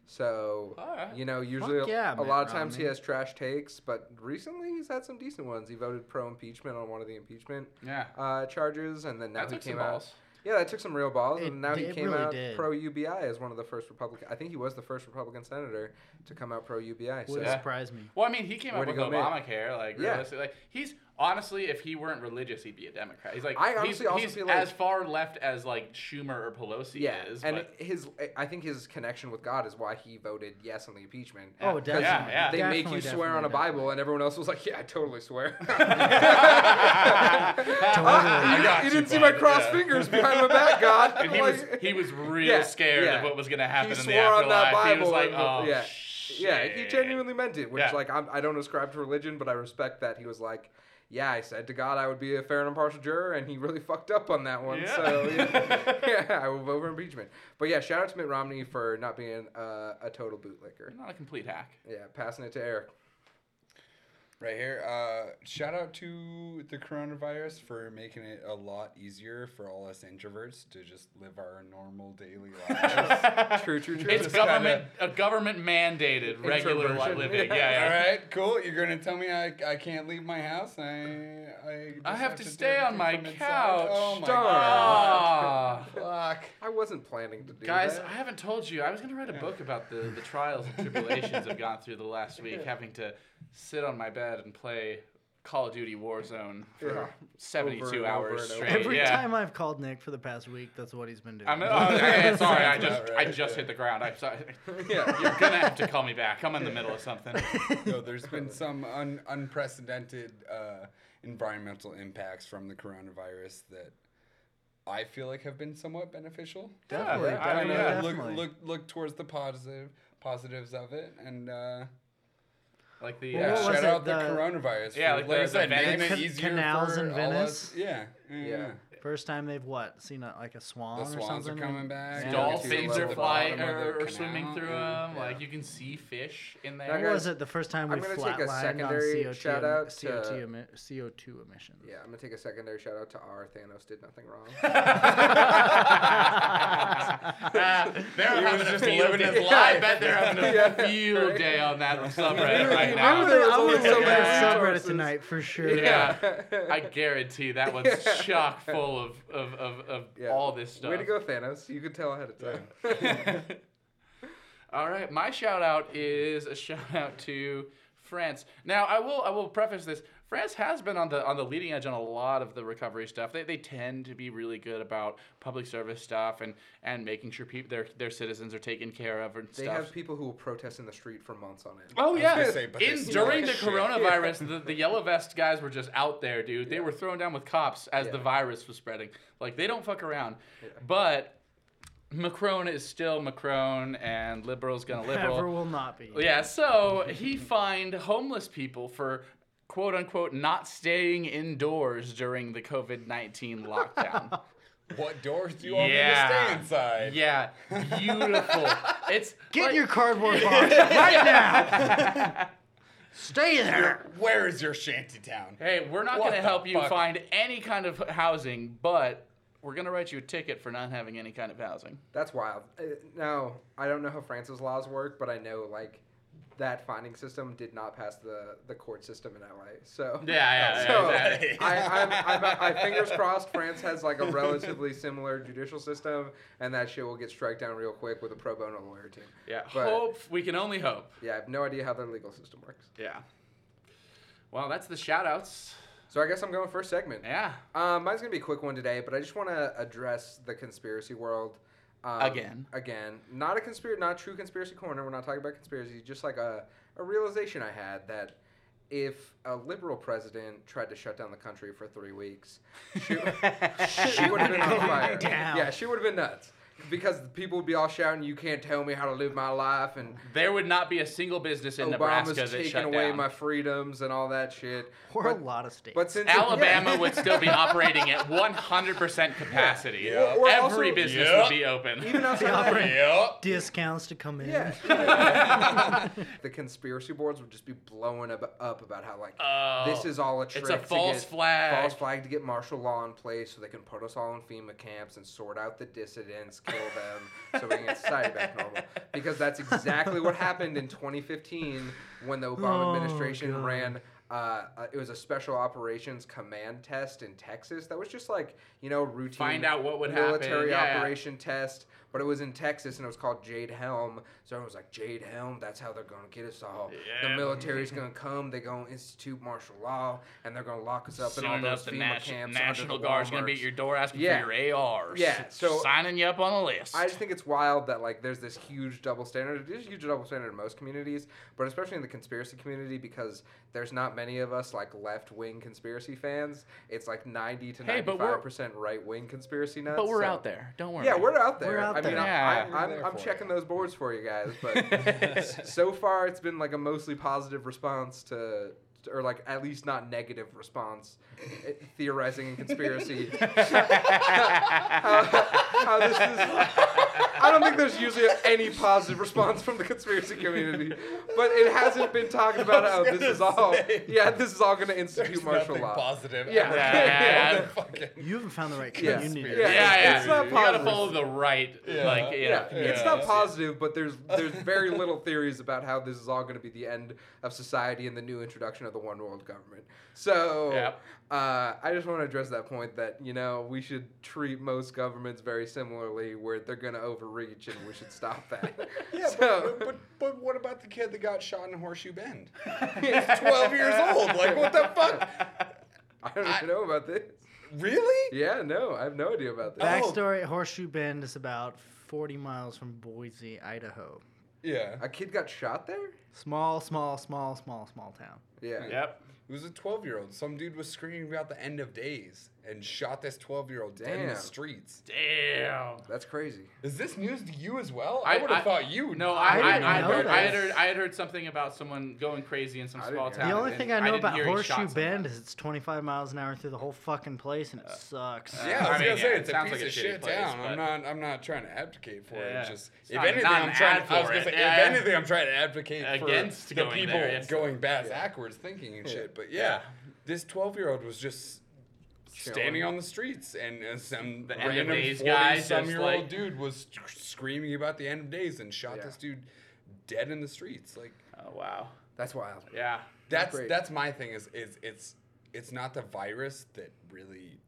So All right. you know, usually yeah, a Mitt lot of times he Romney. has trash takes, but recently he's had some decent ones. He voted pro impeachment on one of the impeachment Yeah. uh, charges, and then now That he took some came out. balls. Yeah, that took some real balls, It and now he did- it came really out did. pro UBI as one of the first Republican. I think he was the first Republican senator to come out pro UBI. So Wouldn't Yeah. surprise me. Well, I mean, he came Way up to with go, Mitt. Obamacare. Like, Yeah. realistically, like he's honestly, if he weren't religious, he'd be a Democrat. He's like, I he's- honestly he's, also feel like- as far left as like Schumer or Pelosi Yeah, is. and but- his I think his connection with God is why he voted yes on the impeachment. Oh, 'Cause definitely. yeah. They make you Definitely, swear on a definitely, Bible, and everyone else was like, "Yeah, I totally swear." I you, got you you, didn't see my bud, cross yeah. fingers behind my back, God. and he was Like- he was real Yeah, scared yeah. of what was gonna happen he in swore the afterlife. on that Bible. he was like, and- uh, oh yeah, shit. yeah, he genuinely meant it. Which Yeah. like I'm, I don't ascribe to religion, but I respect that he was like. Yeah, I said to God I would be a fair and impartial juror, and he really fucked up on that one. Yeah. So yeah, yeah, I will vote for impeachment. But yeah, shout out to Mitt Romney for not being uh, a total bootlicker. not a complete hack. Yeah, passing it to Eric. Right here. Uh, shout out to the coronavirus for making it a lot easier for all us introverts to just live our normal daily lives. True, true, true. It's Just government a government mandated regular li- Introversion. living. Yeah, Yeah. All yeah. right, cool. You're gonna tell me I, I can't leave my house. I I, just I have to do stay on everything my from inside? couch. Oh my Darn. god. Ah. Fuck. I wasn't planning to do Guys, that. I haven't told you. I was going to write a book about the, the trials and tribulations I've gone through the last week, having to sit on my bed and play Call of Duty Warzone for Yeah. 72 Over and over hours and over. straight. Every yeah. time I've called Nick for the past week, that's what he's been doing. I'm, oh, yeah, sorry, I just right, I just hit the ground. I'm sorry. Yeah. You're gonna have to call me back. I'm in the middle of something. No, there's been some un, unprecedented uh, environmental impacts from the coronavirus that I feel like have been somewhat beneficial. Definitely, Yeah, I I mean, definitely, know. yeah. Look, definitely. look, look towards the positive positives of it, and uh, Like the Well, uh, yeah, what was shout it, out the, the- coronavirus. Yeah, for, like like I the- said, the making Venice- it easier Canals for in all Venice? us- Yeah, yeah. yeah. First time they've what seen a, like a swan The or swans are something. coming back. Yeah. dolphins Yeah. are flying Bottom of or, the or swimming canal, through them. yeah. Like you can see fish in there. That What guys, was it the first time we I'm gonna take a flatlined on secondary CO2, shout em- out to- CO2, emi- CO2 emissions? Yeah, I'm gonna take a secondary shout out to R. Thanos did nothing wrong. Ah, they're having a just field living day. his I life. bet they're having a Yeah. field day on that subreddit You right knew now. there was I only would so look many at that subreddit resources. tonight for sure. Yeah. I guarantee that one's chock full of of, of, of Yeah. all this stuff. Way to go, Thanos. You could tell ahead of time. All right, my shout out is a shout out to France. Now, I will I will preface this. France has been on the on the leading edge on a lot of the recovery stuff. They, they tend to be really good about public service stuff and, and making sure people their their citizens are taken care of and They stuff. have people who will protest in the street for months on end. Oh yeah! gonna say, but they In smell during like the shit. coronavirus, the, the yellow vest guys were just out there, dude. They were thrown down with cops as the Yeah. virus was spreading. Like they don't fuck around. But Macron is still Macron, and liberals gonna liberal. Ever will not be. Yeah, so he fined homeless people for quote unquote not staying indoors during the COVID 19 lockdown. What doors do you want me to Yeah. stay inside? yeah, beautiful. It's Get like- your cardboard box right now. Stay there. Where is your shanty town? Hey, we're not What going to the help you fuck? find any kind of housing, but we're going to write you a ticket for not having any kind of housing. That's wild. Uh, now, I don't know how France's laws work, but I know like that finding system did not pass the, the court system in LA. So yeah, so exactly. I, I'm, I'm, I fingers crossed France has like a relatively similar judicial system, and that shit will get struck down real quick with a pro bono lawyer team. Yeah, but hope we can only hope. yeah, I have no idea how their legal system works. Yeah. Well, that's the shout outs. So I guess I'm going first segment. Yeah. Um, mine's gonna be a quick one today, but I just want to address the conspiracy world um, Again. Again, not a conspiracy, not a true conspiracy corner. We're not talking about conspiracy. Just like a a realization I had that if a liberal president tried to shut down the country for three weeks, she, she would have been on fire. down. Yeah, she would have been nuts because people would be all shouting, "You can't tell me how to live my life," and There would not be a single business in Obama's Nebraska that taking shut away down. my freedoms and all that shit. Or a But- lot of states. But since Alabama yeah. would still be operating at 100% capacity. Yeah. Or Every also- business Yeah. would be open. even outside of that, Discounts to come in. Yeah. the conspiracy boards would just be blowing up, up about how like Oh, this is all a it's a trick. to false get- flag. False flag to get martial law in place so they can put us all in FEMA camps and sort out the dissidents, kill them, so we can get society back normal. Because that's exactly what happened in 2015 when the Obama Oh, administration God. ran. Uh, uh, it was a special operations command test in Texas that was just like you know routine Find out what would happen, military yeah. operation ocean test, but it was in Texas and it was called Jade Helm. So everyone was like, Jade Helm, that's how they're gonna get us all. The Yeah. military's gonna come, they're gonna institute martial law, and they're gonna lock us up in all Soon enough, those the FEMA nat- camps. National under the Guard's going to be Walmarts. at your door asking Yeah. for your ARs. Yeah, so- signing you up on the list. I just think it's wild that like there's this huge double standard. There's a huge double standard in most communities, but especially in the conspiracy community because there's not many of us like left wing conspiracy fans. It's like ninety to Hey, ninety but we're- five percent right wing conspiracy nuts. but we're so- out there. Don't worry. Yeah, we're out there. We're out I mean, there. I, Yeah. I, I'm, We're there I'm for checking you. those boards for you guys, but so far it's been like a mostly positive response to, or like at least not negative response, eh, theorizing and conspiracy. how, how this is. I don't think there's usually any positive response from the conspiracy community, but it hasn't been talked about how was this gonna is all. say. Yeah, this is all going to institute There's martial nothing law. positive. Yeah. ever. Yeah. They're fucking- You haven't found the right Yeah. community. Yeah. Yeah, Yeah, yeah. it's not you got to positive. follow the right, Yeah. like, you yeah, know. it's yeah. not Yeah. positive, but there's there's very little theories about how this is all going to be the end of society and the new introduction of the one world government. So Yep. uh, I just want to address that point that you know we should treat most governments very similarly, where they're going to overreach, and we should stop that. Yeah, So- but, but, but what about the kid that got shot in Horseshoe Bend? He's 12 years old. Like, what the fuck? I don't even know about this. Really? Yeah, no, I have no idea about this. Backstory: Horseshoe Bend is about 40 miles from Boise, Idaho. Yeah. A kid got shot there. Small, small, small, small, small town. Yeah. Yep. It was a 12 year old. Some dude was screaming about the end of days and shot this 12 year old dead in Damn. the streets. Damn. That's crazy. Is this news to you as well? I, I- would have I- thought you. No, I I, I, didn't I, know heard, I, had this. heard, I had heard something about someone going crazy in some I small didn't hear town. that. The only and thing I know didn't about hear he shot Horseshoe someone. Bend is it's 25 miles an hour through the whole fucking place, and it sucks. Yeah, Uh, I I was mean, gonna yeah, say it it's a sounds piece like a of shitty shit place, town. but- I'm not. I'm not trying to advocate for it. Yeah. It's Just It's if not- anything, not I'm an trying. ad I was for gonna it. say Yeah, if yeah. anything, I'm trying to advocate for Against the going people there, it's- going back backwards thinking and shit. But yeah, this 12 year old was just. Standing Chilling. on the streets, and uh, some The end of random days guy just, forty-some-year-old like- dude was sc- screaming about the end of days and shot Yeah. this dude dead in the streets. Like Oh, wow. That's wild. Yeah. that's great. that's my thing. Is is it's it's not the virus that really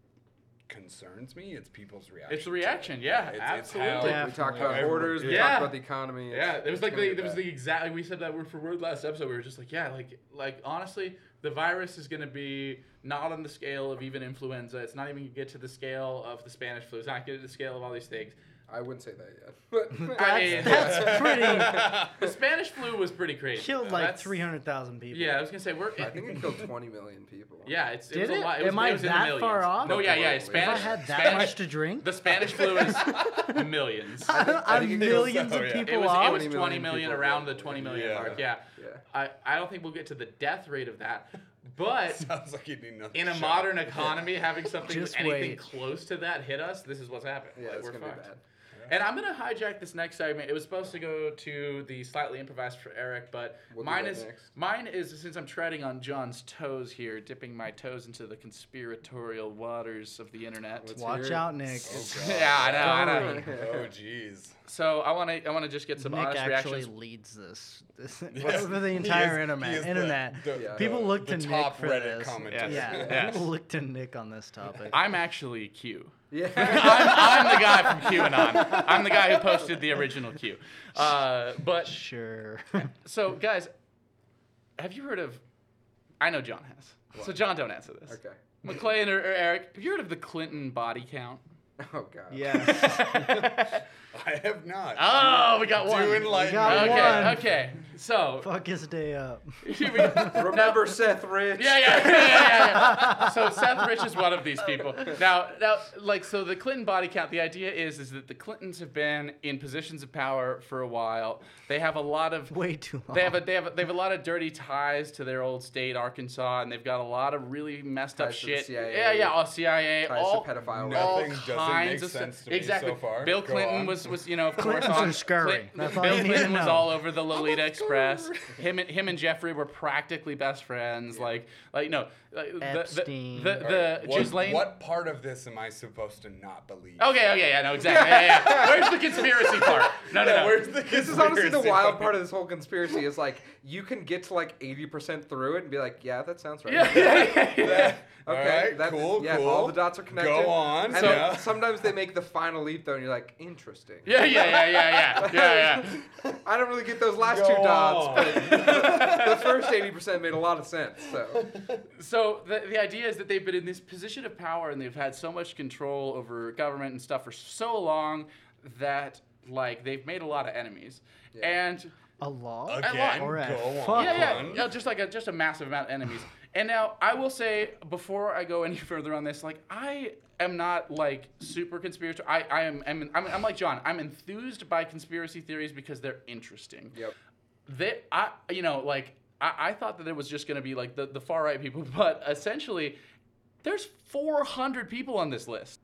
concerns me. It's people's reaction. It's to the it. reaction. Yeah, It's- it's absolutely. how- We talked about Everyone- borders. We Yeah. talked about the economy. Yeah, it's- it was it's like gonna the, be it was bad. the exact. We said that word for word last episode. We were just like, yeah, like like honestly, the virus is gonna be not on the scale of even influenza. It's not even gonna get to the scale of the Spanish flu. It's not gonna get to the scale of all these things. I wouldn't say that yet. But I That's, mean, that's pretty. the Spanish flu was pretty crazy. Killed though. like That's- 300,000 people. Yeah, I was gonna say we're. I think it killed 20 million people. yeah, it's it Did was a it? lot. It was, Am I it was in the that millions. far off? No, yeah, yeah. If I If I Spanish. had that Spanish, much to drink, The Spanish flu is millions. I I'm think it was- millions oh, of yeah. people It was, off. it was 20 20 million million people around the globally. 20 million Yeah. mark. Yeah. Yeah. I, I don't think we'll get to the death rate of that, but Sounds like you need nothing. in a shot. Oh, modern economy, having something Just anything wait. close to that hit us, this is what's happened. Yeah, Like, it's we're gonna be fucked. bad. And I'm gonna hijack this next segment. It was supposed to go to the slightly improvised for Eric, but We'll do mine that is next. mine is since I'm treading on John's toes here, dipping my toes into the conspiratorial waters of the internet. Let's Watch hear it. out, Nick. yeah, I know, I know. Oh jeez. So I wanna I wanna just get some Nick honest actually reactions. leads this. this Yes, over the he entire is- he internet. is the- internet. the- Yeah. People the- look to the Nick top for Reddit this. commentator. Yes. Yeah, Yes. people look to Nick on this topic. I'm actually Q. Yeah. I'm, I'm the guy from QAnon. I'm the guy who posted the original Q. Uh, but sure. so, guys, have you heard of? I know John has. So John, don't answer this. Okay. McLean or, or Eric, have you heard of the Clinton body count? Oh god. Yes. I have not. oh, we got one. Do enlighten got me. okay, one. okay. So Fuck his day up. here we go. Remember Seth Rich? Yeah, yeah, yeah, yeah, yeah. So Seth Rich is one of these people. Now, now, like, so the Clinton body count. The idea is, is that the Clintons have been in positions of power for a while. They have a lot of Way too long. They have a they have a, they have a lot of dirty ties to their old state, Arkansas, and they've got a lot of really messed up Ties to the shit. CIA, yeah, yeah, all CIA, Ties all to pedophile No. all Nothing doesn't kinds make of stuff. sense to me exactly. so far. Bill Go Clinton on. was was you know of course Clintons on are scurry. Clin- That's all you Bill need to Clinton was know. all over the Lolita Express. Him and him and Jeffrey were practically best friends. Like like no like, the- Epstein. the All the, right, the what, Ghislaine- what part of this am I supposed to not believe? Okay, okay, yeah, no, exactly. Yeah, yeah, yeah. Where's the conspiracy part? No, no, Yeah, no. where's the This is honestly the conspiracy wild fucking- part of this whole conspiracy is like you can get to like 80% through it and be like, yeah, that sounds right. yeah, yeah, yeah. Okay, Alright, that's, cool, yeah, cool. All the dots are Go connected. on, And so- then sometimes they make the final leap though, and you're like, interesting. Yeah, yeah, yeah, yeah, yeah, yeah, yeah. I don't really get those last Go two dots, on. but the first 80% made a lot of sense. So So the, the idea is that they've been in this position of power and they've had so much control over government and stuff for so long that like they've made a lot of enemies. And a law? Again, All right. go Fuck. on. yeah, yeah, One. yeah, just like a, just a massive amount of enemies. And now I will say before I go any further on this, like I am not like super conspiratorial. I, I am I'm, I'm, I'm like John. I'm enthused by conspiracy theories because they're interesting. Yep. They I you know like I, I thought that it was just gonna be like the, the far right people, but essentially there's 400 people on this list.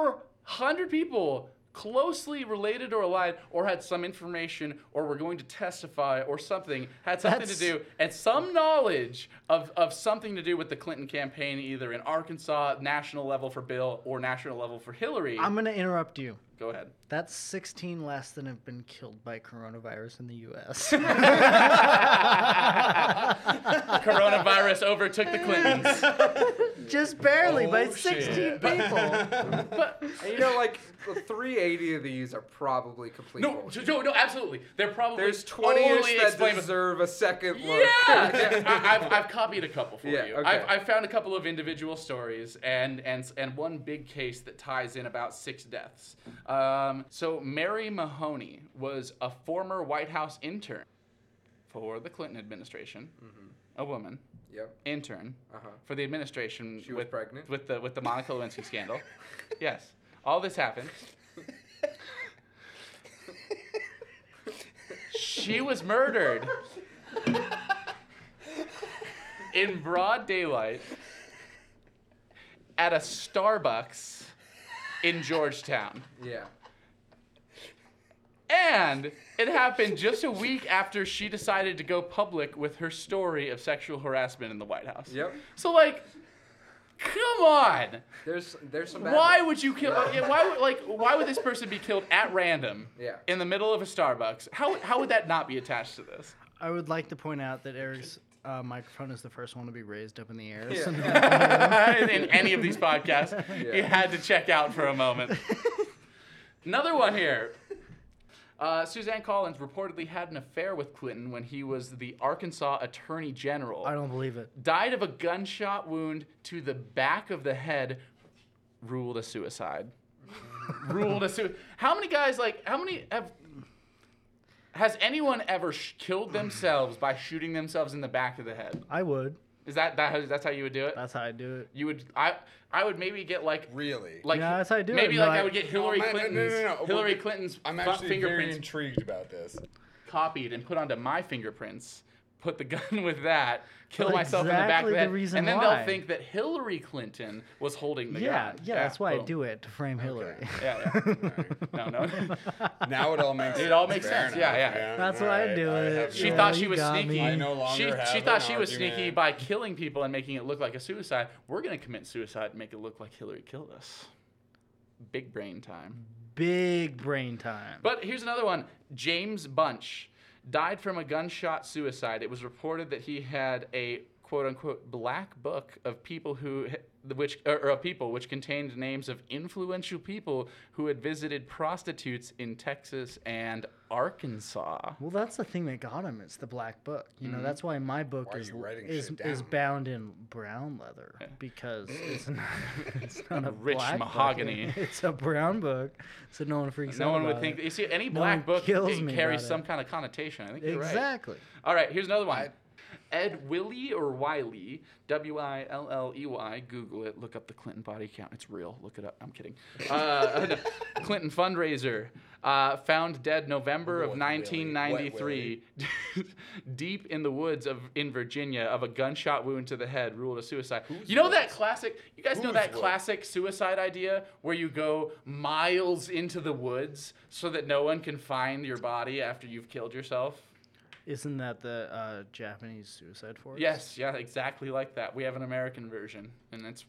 400 people closely related or allied or had some information or were going to testify or something had something That's- to do and some knowledge of, of something to do with the Clinton campaign either in Arkansas national level for Bill or national level for Hillary. I'm going to interrupt you. Go ahead. That's 16 less than have been killed by coronavirus in the U.S. Coronavirus overtook the Clintons. Just barely, by Oh, 16 shit. people. But And you know, like the 380 of these are probably complete. no, bullshit. no, no, absolutely. They're probably There's 20 only ish that explainable- deserve a second look. Yeah, I, I've, I've copied a couple for Yeah, you. okay. I've, I've found a couple of individual stories and and and one big case that ties in about six deaths. Um, so Mary Mahoney was a former White House intern for the Clinton administration, Mm-hmm. a woman Yep. intern Uh-huh. for the administration. She was with, pregnant? with the with the Monica Lewinsky scandal. yes, all this happened. she was murdered in broad daylight at a Starbucks in Georgetown. Yeah. And it happened just a week after she decided to go public with her story of sexual harassment in the White House. Yep. So like, come on. There's there's some. Bad Why ones. would you kill? Yeah, why would like why would this person be killed at random? Yeah. In the middle of a Starbucks? How how would that not be attached to this? I would like to point out that Eric's uh, microphone is the first one to be raised up in the air. so- Yeah. in, in any of these podcasts, you had to check out for a moment. Another one here. Uh, Suzanne Collins reportedly had an affair with Clinton when he was the Arkansas Attorney General. I don't believe it. Died of a gunshot wound to the back of the head, ruled a suicide. ruled a suicide. How many guys, like, how many have. Has anyone ever sh- killed themselves by shooting themselves in the back of the head? I would. Is that, that how, that's how you would do it? That's how I do it. You would I I would maybe get like Really? like Yeah, that's how I do it. maybe No, like I, I- would get Hillary Oh, man, no, no, Clinton's no, no. Hillary Well, Clinton's I'm fi- actually very fingerprints intrigued about this. copied and put onto my fingerprints. Put the gun with that, kill myself in the back of Exactly the the head, reason and then why. they'll think that Hillary Clinton was holding the Yeah, yeah, gun. that's why I boom. do it to frame Hillary. Yeah, yeah. no, no. Now it all makes sense. It all makes Fair sense. enough. Yeah, yeah. That's all why I right, do I it. have She no- Yeah, thought she you was got sneaky. me. I no longer she have she an thought she was argument. sneaky by killing people and making it look like a suicide. We're gonna commit suicide and make it look like Hillary killed us. Big brain time. Big brain time. But here's another one. James Bunch died from a gunshot suicide. It was reported that he had a quote unquote black book of people who h- the- which or, or of people, which contained names of influential people who had visited prostitutes in Texas and Arkansas. Well, that's the thing that got him. It's the black book. You know, that's why my book Mm-hmm. Why are is you writing is, shit is down? bound in brown leather because it's not, it's not a Rich black book. mahogany. It's a brown book, so no one freaks out. No one would about think. it. You see, any No black one book kills it me carries about some it. kind of connotation. I think you're right. exactly. All right, here's another one. Ed Willie or Wiley, W I L L E Y. Google it. Look up the Clinton body count. It's real. Look it up. I'm kidding. Uh, no. Clinton fundraiser. Uh, found dead November of What Willie? What 1993, deep in the woods of in Virginia, of a gunshot wound to the head, ruled a suicide. you know that classic. You guys know Whose that woods? classic suicide idea where you go miles into the woods so that no one can find your body after you've killed yourself. Isn't that the uh, Japanese suicide force? Yes, yeah, exactly like that. We have an American version, and it's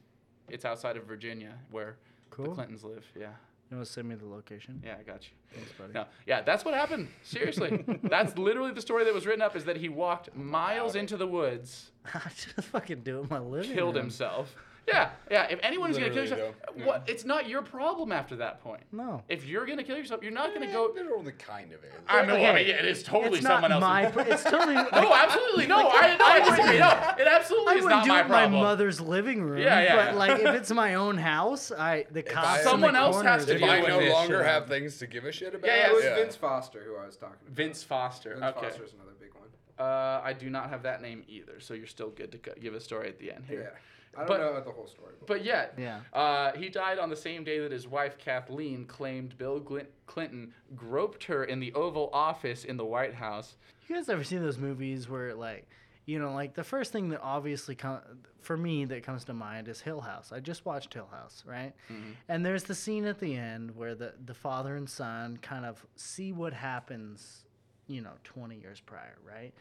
it's outside of Virginia where the Cool. Clintons live. Yeah, You want to send me the location? yeah, I got you. Thanks, buddy. No, yeah, that's what happened. Seriously, that's literally the story that was written up. Is that he walked miles into the woods, I just fucking do it in my living killed room. himself. Yeah, yeah. If anyone is gonna kill Literally, yourself, though. what? It's not your problem after that point. No. If you're gonna kill yourself, you're not gonna Eh, go. They're only kind of it. I know. I Okay. mean, yeah, it is totally it's someone not else's. my. pro- it's totally. no, absolutely no. I, I disagree. No, it absolutely I is wouldn't not do my it in my problem. mother's living room. Yeah, yeah, But yeah. like, if it's my own house, I the cops. in the Someone else corner has to is If deal I with no this longer shit. have things to give a shit about, yeah, It was Vince Foster who I was talking about. Vince Foster. Vince okay. Foster's another big one. Uh, I do not have that name either, so you're still good to go- give a story at the end Yeah. here. I don't But- know about the whole story. But But yet, Yeah. uh, he died on the same day that his wife Kathleen claimed Bill Glin- Clinton groped her in the Oval Office in the White House. You guys ever seen those movies where like, you know, like the first thing that obviously com- for me that comes to mind is Hill House. I just watched Hill House, right? Mm-hmm. And there's the scene at the end where the the father and son kind of see what happens, you know, 20 years prior, right?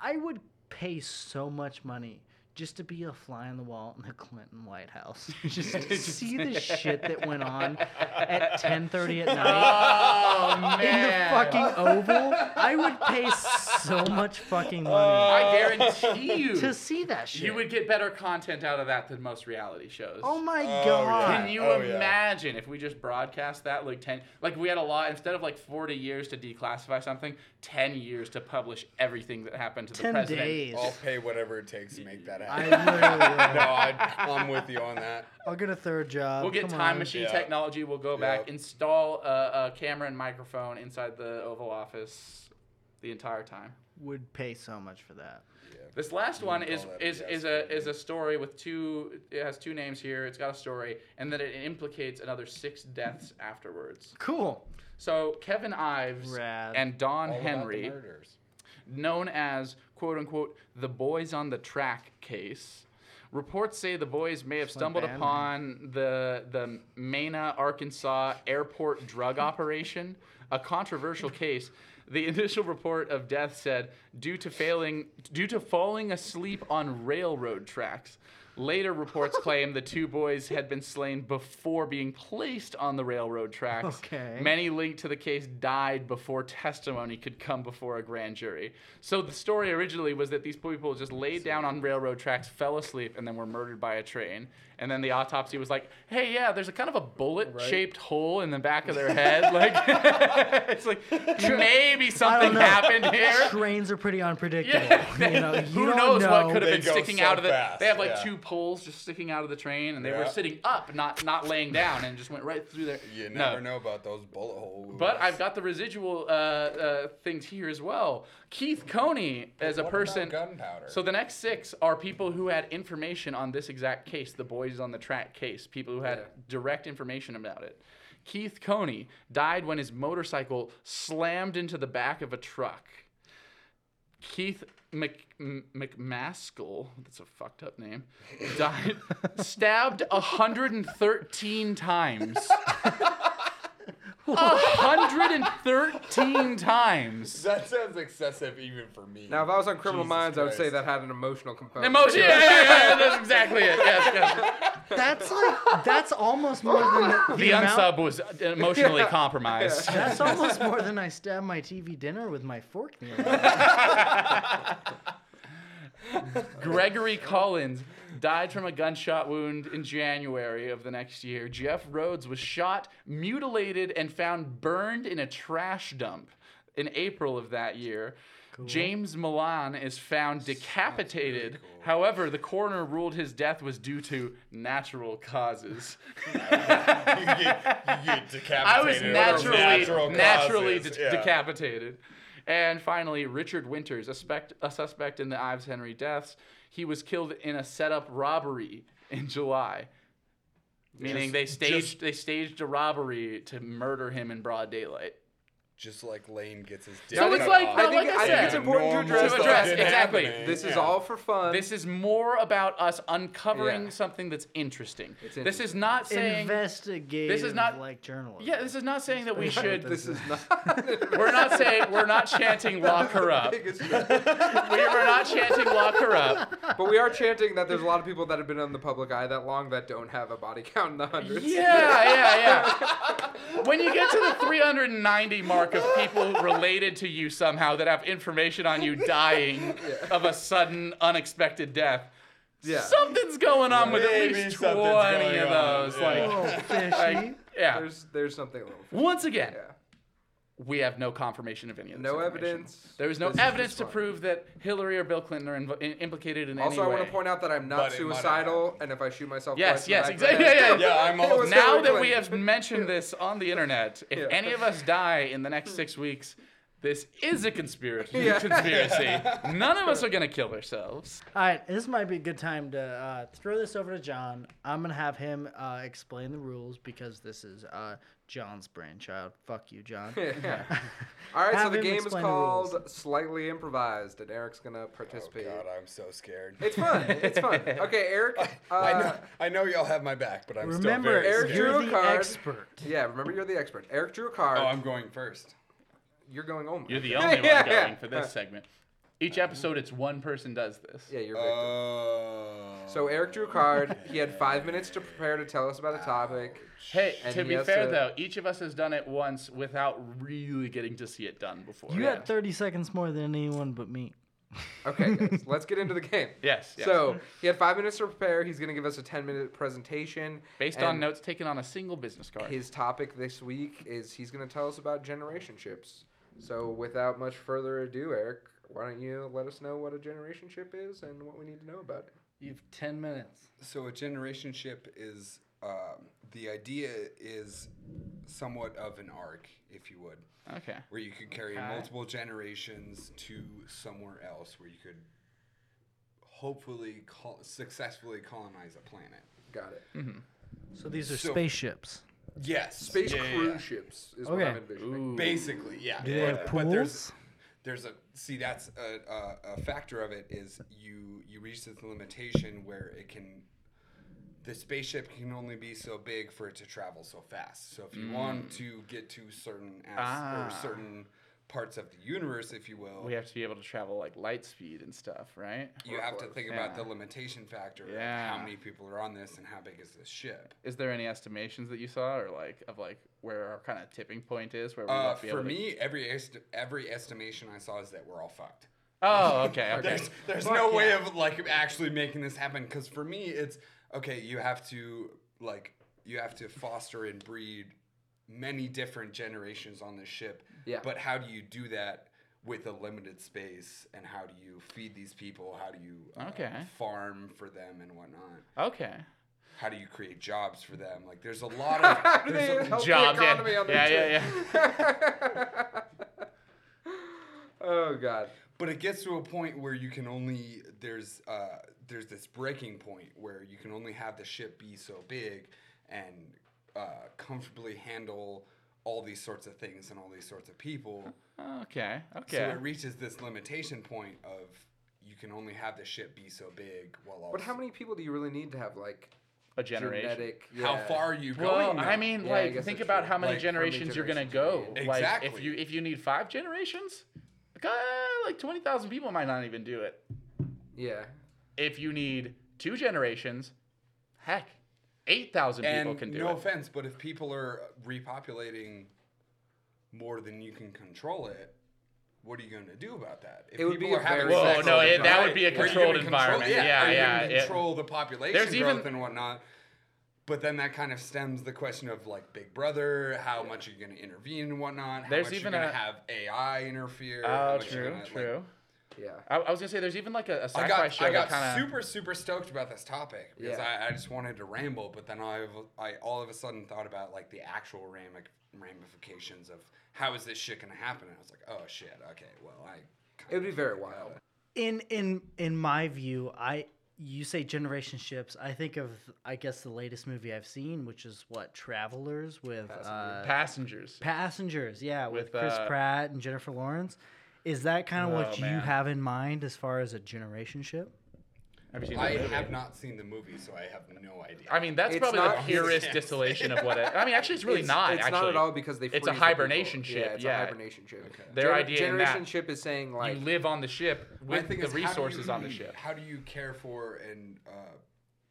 I would pay so much money just to be a fly on the wall in the Clinton White House. just to see the shit that went on at 10:30 at night Oh in the fucking oval, I would pay so much fucking money I guarantee you, to see that shit. Oh, you would get better content out of that than most reality shows. oh my yeah. god! Can you Oh, yeah. imagine if we just broadcast that like ten? Like we had a law instead of like forty years to declassify something, ten years to publish everything that happened to the Ten president. days. I'll pay whatever it takes to make that I happen. literally. no, Will. I, I'm with you on that. I'll get a third job. We'll get Oh, Come time on. machine Yeah. technology. We'll go back, Yep. install a, a camera and microphone inside the Oval Office the entire time. Would pay so much for that. This last one can is call that is, BS is a for is a story with two. It has two names here. It's got a story, and then it implicates another six deaths afterwards. Cool. So Kevin Ives Rad. and Don All about the Henry. murders. known as quote unquote the boys on the track case. Reports say the boys may have stumbled band name. upon the the Mena, Arkansas airport drug operation, a controversial case. The initial report of death said due to failing due to falling asleep on railroad tracks. Later reports claim the two boys had been slain before being placed on the railroad tracks. Okay. Many any link to the case died before testimony could come before a grand jury. So the story originally was that these people just laid down on railroad tracks, fell asleep, and then were murdered by a train. And then the autopsy was like, "Hey, yeah, there's a kind of a bullet-shaped hole in the back of their head. Like, it's like maybe something know. happened here." Trains are pretty unpredictable. Yeah. You know, you Who don't knows what know. could have They been go sticking so out of the? fast, They have like yeah. two poles just sticking out of the train, and they were Yeah. sitting up, not not laying down, and just went right through there. You No. never know about those bullet hole wounds. But I've got the residual uh, uh, things here as well. Keith Coney as a What about person. gunpowder. So the next six are people who had information on this exact case, the boys on the track case, people who had Yeah. direct information about it. Keith Coney died when his motorcycle slammed into the back of a truck. Keith Mc, M- McMaskill, that's a fucked up name, died stabbed 113 times. 113 times. that sounds excessive even for me. now, if I was on Criminal Jesus Minds, I would say Christ. that had an emotional component. Emotion. Yeah, yeah, yeah, yeah, that's exactly it. Yes, yes. That's like that's almost more than the, The amount- unsub was emotionally compromised. That's almost more than I stabbed my TV dinner with my fork. The other day. Gregory Collins died from a gunshot wound in January of the next year. Jeff Rhodes was shot, mutilated, and found burned in a trash dump in April of that year. James Milan is found decapitated. However, the coroner ruled his death was due to natural causes. you get, you get decapitated. I was over naturally natural naturally causes. de- Yeah. decapitated. And finally, Richard Winters, a, spect- a suspect in the Ives Henry deaths, he was killed in a setup robbery in July. Just- Meaning they staged just- they staged a robbery to murder him in broad daylight. Just like Lane gets his dick. So it's cut like- off. no, I think, like I I think said, it's important to normal address, to the address fact didn't exactly. happen. This is Yeah. Oh, all for fun. This is more about us uncovering Um, Yeah. something that's interesting. It's This is interesting. not saying Investigative, this is not- like journalism. Yeah, this is not saying that we should this is not. we're not saying we're not chanting lock her up. biggest- We are not chanting lock her up. but we are chanting that there's a lot of people that have been on the public eye that long that don't have a body count in the hundreds. Yeah, yeah, yeah. When you get to the 390 mark of people related to you somehow that have information on you dying of a sudden, unexpected death, Yeah. something's going on with at Maybe least 20 something's going of on, those. yeah. Like, Oh, fishy. like, yeah. There's there's something a little. Once again, Yeah. we have no confirmation of any of this. No information. evidence. There is no This is evidence just to fun. prove that Hillary or Bill Clinton are inv- in- implicated in Also, any I way. want to point out that But I'm not it might have suicidal, and if I shoot myself, twice in Yes, the yes, back of exactly. the head, Yeah, yeah, Yeah, I'm it all. was now Hillary that we Clinton. have mentioned this on the internet, if Yeah. any of us die in the next six weeks, this is a conspiracy. Yeah. Conspiracy. None of us are gonna kill ourselves. All right, this might be a good time to uh, throw this over to John. I'm gonna have him uh, explain the rules because this is uh, John's brainchild. Fuck you, John. Yeah. All right, so Have the him game is explain the rules. called Slightly Improvised, and Eric's gonna Oh participate. god, I'm so scared. it's fun. It's fun. Okay, Eric. Uh, I know, I know y'all have my back, but I'm Remember, still very Eric scared. drew you're a the card. expert. Yeah, remember you're the expert. Eric drew a card. Oh, I'm going first. You're going home. You're the Okay. only yeah, one going for yeah. this segment. Each episode, it's one person does this. Yeah, you're. Uh, victim. Oh. so Eric drew a card. He had five minutes to prepare to tell us about a topic. Hey, And to he be has fair to- though, each of us has done it once without really getting to see it done before. You Yeah. had 30 seconds more than anyone but me. Okay, guys, let's get into the game. Yes, yes. So he had five minutes to prepare. He's gonna give us a ten-minute presentation Based on and notes taken on a single business card. His topic this week is he's going to tell us about generation ships. So, without much further ado, Eric, why don't you let us know what a generation ship is and what we need to know about it? You've 10 minutes. So a generation ship is um, the idea is somewhat of an arc, if you would, okay. where you could carry multiple generations to somewhere else, where you could hopefully col- successfully colonize a planet. Got it. So these are So- spaceships. Yes, Space yeah, yeah, cruise yeah. ships is what Okay. I'm envisioning. Basically, yeah. Do they have there's pools? there's a see that's a, a, a factor of it is you you reach this limitation where it can the spaceship can only be so big for it to travel so fast. So if you want to get to certain as, Ah. or certain parts of the universe, if you will, We have to be able to travel like light speed and stuff, right? you have to think about Yeah. the limitation factor of Yeah. how many people are on this and how big is this ship. is there any estimations that you saw or like of like where our kind of tipping point is where we Uh, might be for able me, every est- every estimation I saw is that we're all fucked. to oh okay okay There's there's no way of like actually making this happen because for me it's okay. You have to like you have to foster and breed many different generations on the ship. Yeah. But how do you do that with a limited space? And how do you feed these people? How do you uh, Okay. farm for them and whatnot? okay How do you create jobs for them? Like there's a lot of How do there's they a- help jobs the yeah economy on the yeah, yeah ship? yeah. oh, God. but it gets to a point where you can only there's uh there's this breaking point where you can only have the ship be so big and uh, comfortably handle all these sorts of things and all these sorts of people okay so okay it reaches this limitation point of you can only have the ship be so big while also But how many people do you really need to have, like, a generation genetic? how yeah. far are you well going now? I mean Yeah, I like guess think that's about true. how many Like, many how generations you're gonna go generations like if Exactly. you if you need five generations like, uh, like 20,000 people might not even do it Yeah. if you need two generations heck 8,000 people and can do no it offense but if people are repopulating more than you can control it what are you going to do about that? If It would people be a are having very Whoa, sex no, all the it- that time, would be a are you gonna controlled control- environment. Yeah, are you yeah, gonna it- control the population There's growth even- and whatnot. But then that kind of stems the question of like Big Brother, how much are you going to intervene and whatnot? How There's much even you're a- going to have AI interfere? how Oh, much you're true, gonna, like- true. Yeah. I, I was gonna say there's even like a, a sci-fi I got show I got that kind of super super stoked about this topic because Yeah. I, I just wanted to ramble, but then I I all of a sudden thought about like the actual ramic- ramifications of how is this shit gonna happen, and I was like, oh shit, okay, well I. It would be very wild. in in in my view, I you say generation ships. I think of I guess the latest movie I've seen, which is what Travelers with uh, passengers. Passengers. Yeah, with, With, Chris uh, Pratt and Jennifer Lawrence. Is that kind of what Oh, you man. have in mind as far as a generation ship? Have you seen I that movie? have not seen the movie, so I have no idea. I mean, that's It's probably not- the purest distillation of what it. I mean, actually, it's really it's, not. It's actually. not at all because they. It's a freeze the people. hibernation ship, Yeah, it's yeah. a hibernation ship. Their Gener- idea in that- generation ship is saying like you live on the ship My with thing the is, how do resources you- on the ship. How do you care for and uh,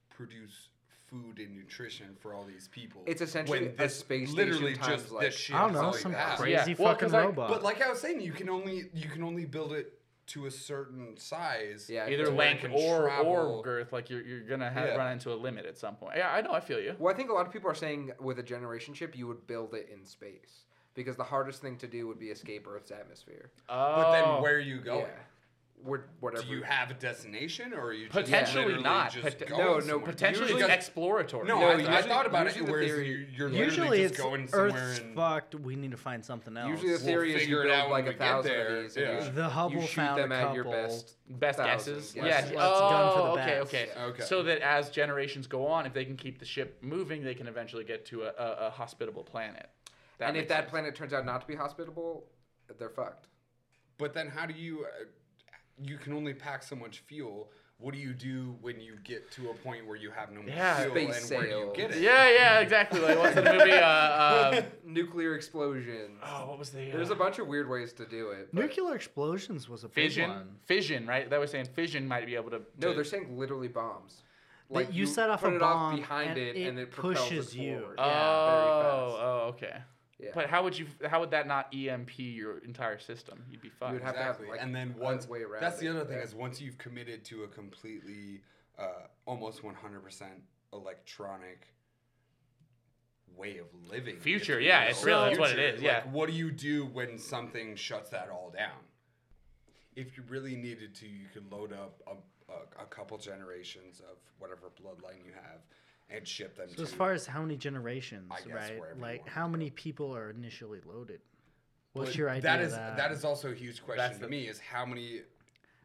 produce food and nutrition for all these people? It's essentially when a this- space literally station times, just like- this shit. I don't is all know, you some have. crazy Yeah, well, 'cause fucking I- robot. But like I was saying, you can only you can only build it to a certain size. Yeah, I Either feel length can or travel. or girth, like you're, you're gonna have Yeah. run into a limit at some point. Yeah, I know. I feel you. Well, I think a lot of people are saying with a generation ship, you would build it in space because the hardest thing to do would be escape Earth's atmosphere. But Oh. then where are you going? Yeah, Where, whatever. Do you have a destination, or are you just Potentially literally not. Just Pot- going no, no, somewhere? potentially Usually- it's exploratory. No, No, I, usually- I thought about it. usually the Whereas theory- you're, you're literally Usually just it's going somewhere Earth's and fucked. We need to find something else. Usually the We'll theory is you figure it out build when like we a get thousand there, of these. and yeah. you- The Hubble you shoot found them a at your couple. best. best thousand guesses. guesses. Yeah. Let's gun for the Oh, okay, bats. okay, Okay. So that as generations go on, if they can keep the ship moving, they can eventually get to a, a, a hospitable planet. and if makes that sense. planet turns out not to be hospitable, they're fucked. But then how do you? Uh, you can only pack so much fuel. What do you do when you get to a point where you have no more Yeah. fuel Space and where do you sail. get it? Yeah, yeah, exactly. Like what's in the movie? Uh, uh, Nuclear explosions. oh, what was the? Uh, There's a bunch of weird ways to do it. but- Nuclear explosions was a big fission. one. Fission, right? That was saying fission might be able to. No, to- they're saying literally bombs. Like you, set off put a it bomb behind and it, and it propels pushes it you. forward. Oh, Yeah, very fast. oh, okay. Yeah. But how would you? How would that not EMP your entire system? You'd be fucked. would have- Exactly. like, and then a once way around that's the it, other thing yeah. is once you've committed to a completely uh, almost 100% electronic way of living. Future, yeah, it's real, that's what it future. is, yeah. Like, what do you do when something shuts that all down? If you really needed to, you could load up a, a, a couple generations of whatever bloodline you have and ship them So to as far as how many generations, I guess right? wherever you Like wanna how many people are initially loaded? What's But your idea? That of is that is also a huge question That's to the- me is how many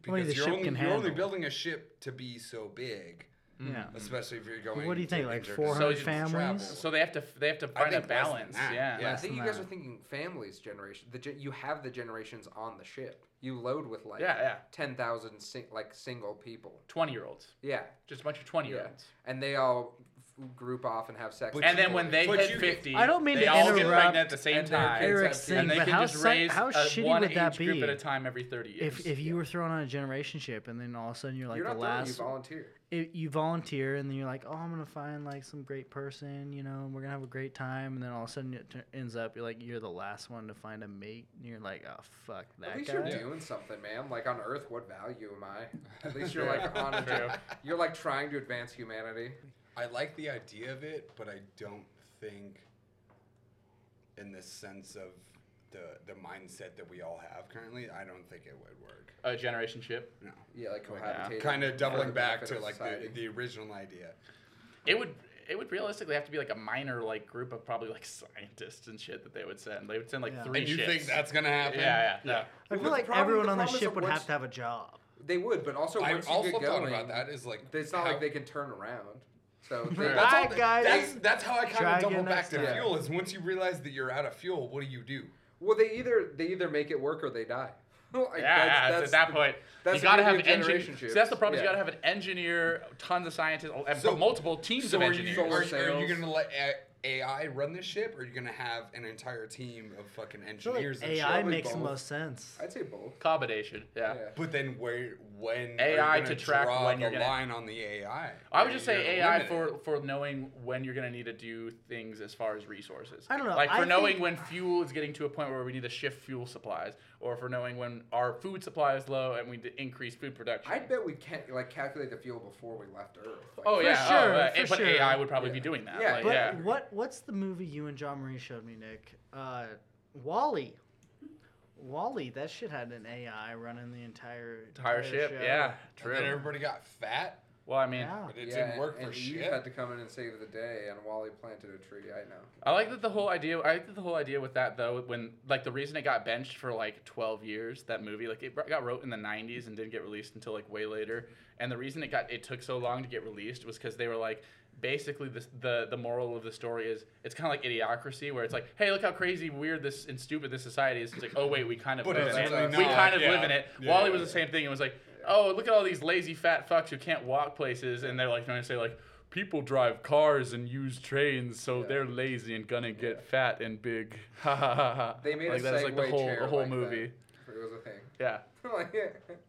How many because the you're, ship only, can you're only handle. Mm. building a ship to be so big, yeah. especially if you're going. What do you think, to like interdimensional 400 travel. families? so they have to. They have to find a think less than balance. that, Yeah. yeah. I think than you guys that. are thinking families generation. The gen- you have the generations on the ship. You load with like Yeah, yeah. ten thousand sing- like single people. Twenty-year-olds. Yeah, Just a bunch of twenty-year-olds. yeah, and they all f- group off and have sex. But with And then each when other. they But hit you- fifty, I don't mean they to all get interrupt, pregnant at the same and their time. kids Eric have Singh, and they but can how, just si- raise how a- shitty one would that age group be? at a time every thirty years. If if you were thrown on a generation ship and then all of a sudden you're like you're the not throwing, you last, volunteer. i- you volunteer and then you're like, oh, I'm gonna find like some great person, you know, and we're gonna have a great time, and then all of a sudden it tur- ends up you're like you're the last one to find a mate, and you're like, oh fuck that At least guy. you're doing something, man. Like on Earth, what value am I? At least you're like on a True. You're like trying to advance humanity. I like the idea of it, but I don't think, in the sense of the the mindset that we all have currently, I don't think it would work. a generation ship, No, Yeah, like cohabitating. kind of for doubling the back benefit to of like the, society. the original idea. it would. It would realistically have to be like a minor like group of probably like scientists and shit that they would send. They would send like Yeah. three And you ships. think that's gonna happen? Yeah, yeah, no. Well, I feel the like problem- everyone the on the problem is ship that would once- have to have a job. They would, but also I once you also get thought going, about that. Is like It's not how- like they can turn around. So they, Right. That's Bye, all that- guys. That's, that's how I kind Try of double again back next to time. fuel is once you realize that you're out of fuel, what do you do? well, they either they either make it work or they die. Like, Yeah, yeah, it's at that the- point, that's you the gotta have beauty of an engineer. generation See, ships. that's the problem. is You Yeah. gotta have an engineer, tons of scientists, and So- multiple teams So of are you, engineers. are, Solar you- are you sails. going to let AI run this ship, or you're gonna have an entire team of fucking feel like engineers? and shit? AI probably makes the both. most sense. I'd say both. Combination, yeah. Yeah. But then where when are you AI to gonna track draw when the you're gonna- line on the AI? I would just You're say AI limited. for, for knowing when you're going to need to do things as far as resources. I don't know, Like for I knowing think- when fuel is getting to a point where we need to shift fuel supplies, or for knowing when our food supply is low and we need to increase food production. I bet we can't like calculate the fuel before we left Earth. Like, oh, For yeah. sure, oh, uh, for but sure. AI would probably be Yeah. doing that. Yeah, like, But yeah. what what's the movie you and John Marie showed me, Nick? Uh, Wally. Wally, that shit had an AI running the entire Entire ship. show. Yeah. And then True. everybody got fat, Well, I mean, Yeah. but it yeah, didn't work and for Eve shit. had to come in and save the day, and Wally planted a tree. I know. I like that the whole idea. I like that the whole idea with that though. When like the reason it got benched for like 12 years, that movie, like it got wrote in the 90s and didn't get released until like way later. And the reason it got it took so long to get released was because they were like, basically the the the moral of the story is it's kind of like idiocracy where it's like, hey, look how crazy, weird this and stupid this society is. It's like, oh wait, we kind of But live it's in it. actually We not, kind of yeah. live in it. Yeah, Wally yeah, was the same thing. It was like, oh look at all these lazy fat fucks who can't walk places, and they're like trying to say like. People drive cars and use trains, so Yeah. they're lazy and gonna get fat and big. Ha ha ha ha. They made like, a that's Segway like the whole chair the whole like that. movie. It was a thing. Like,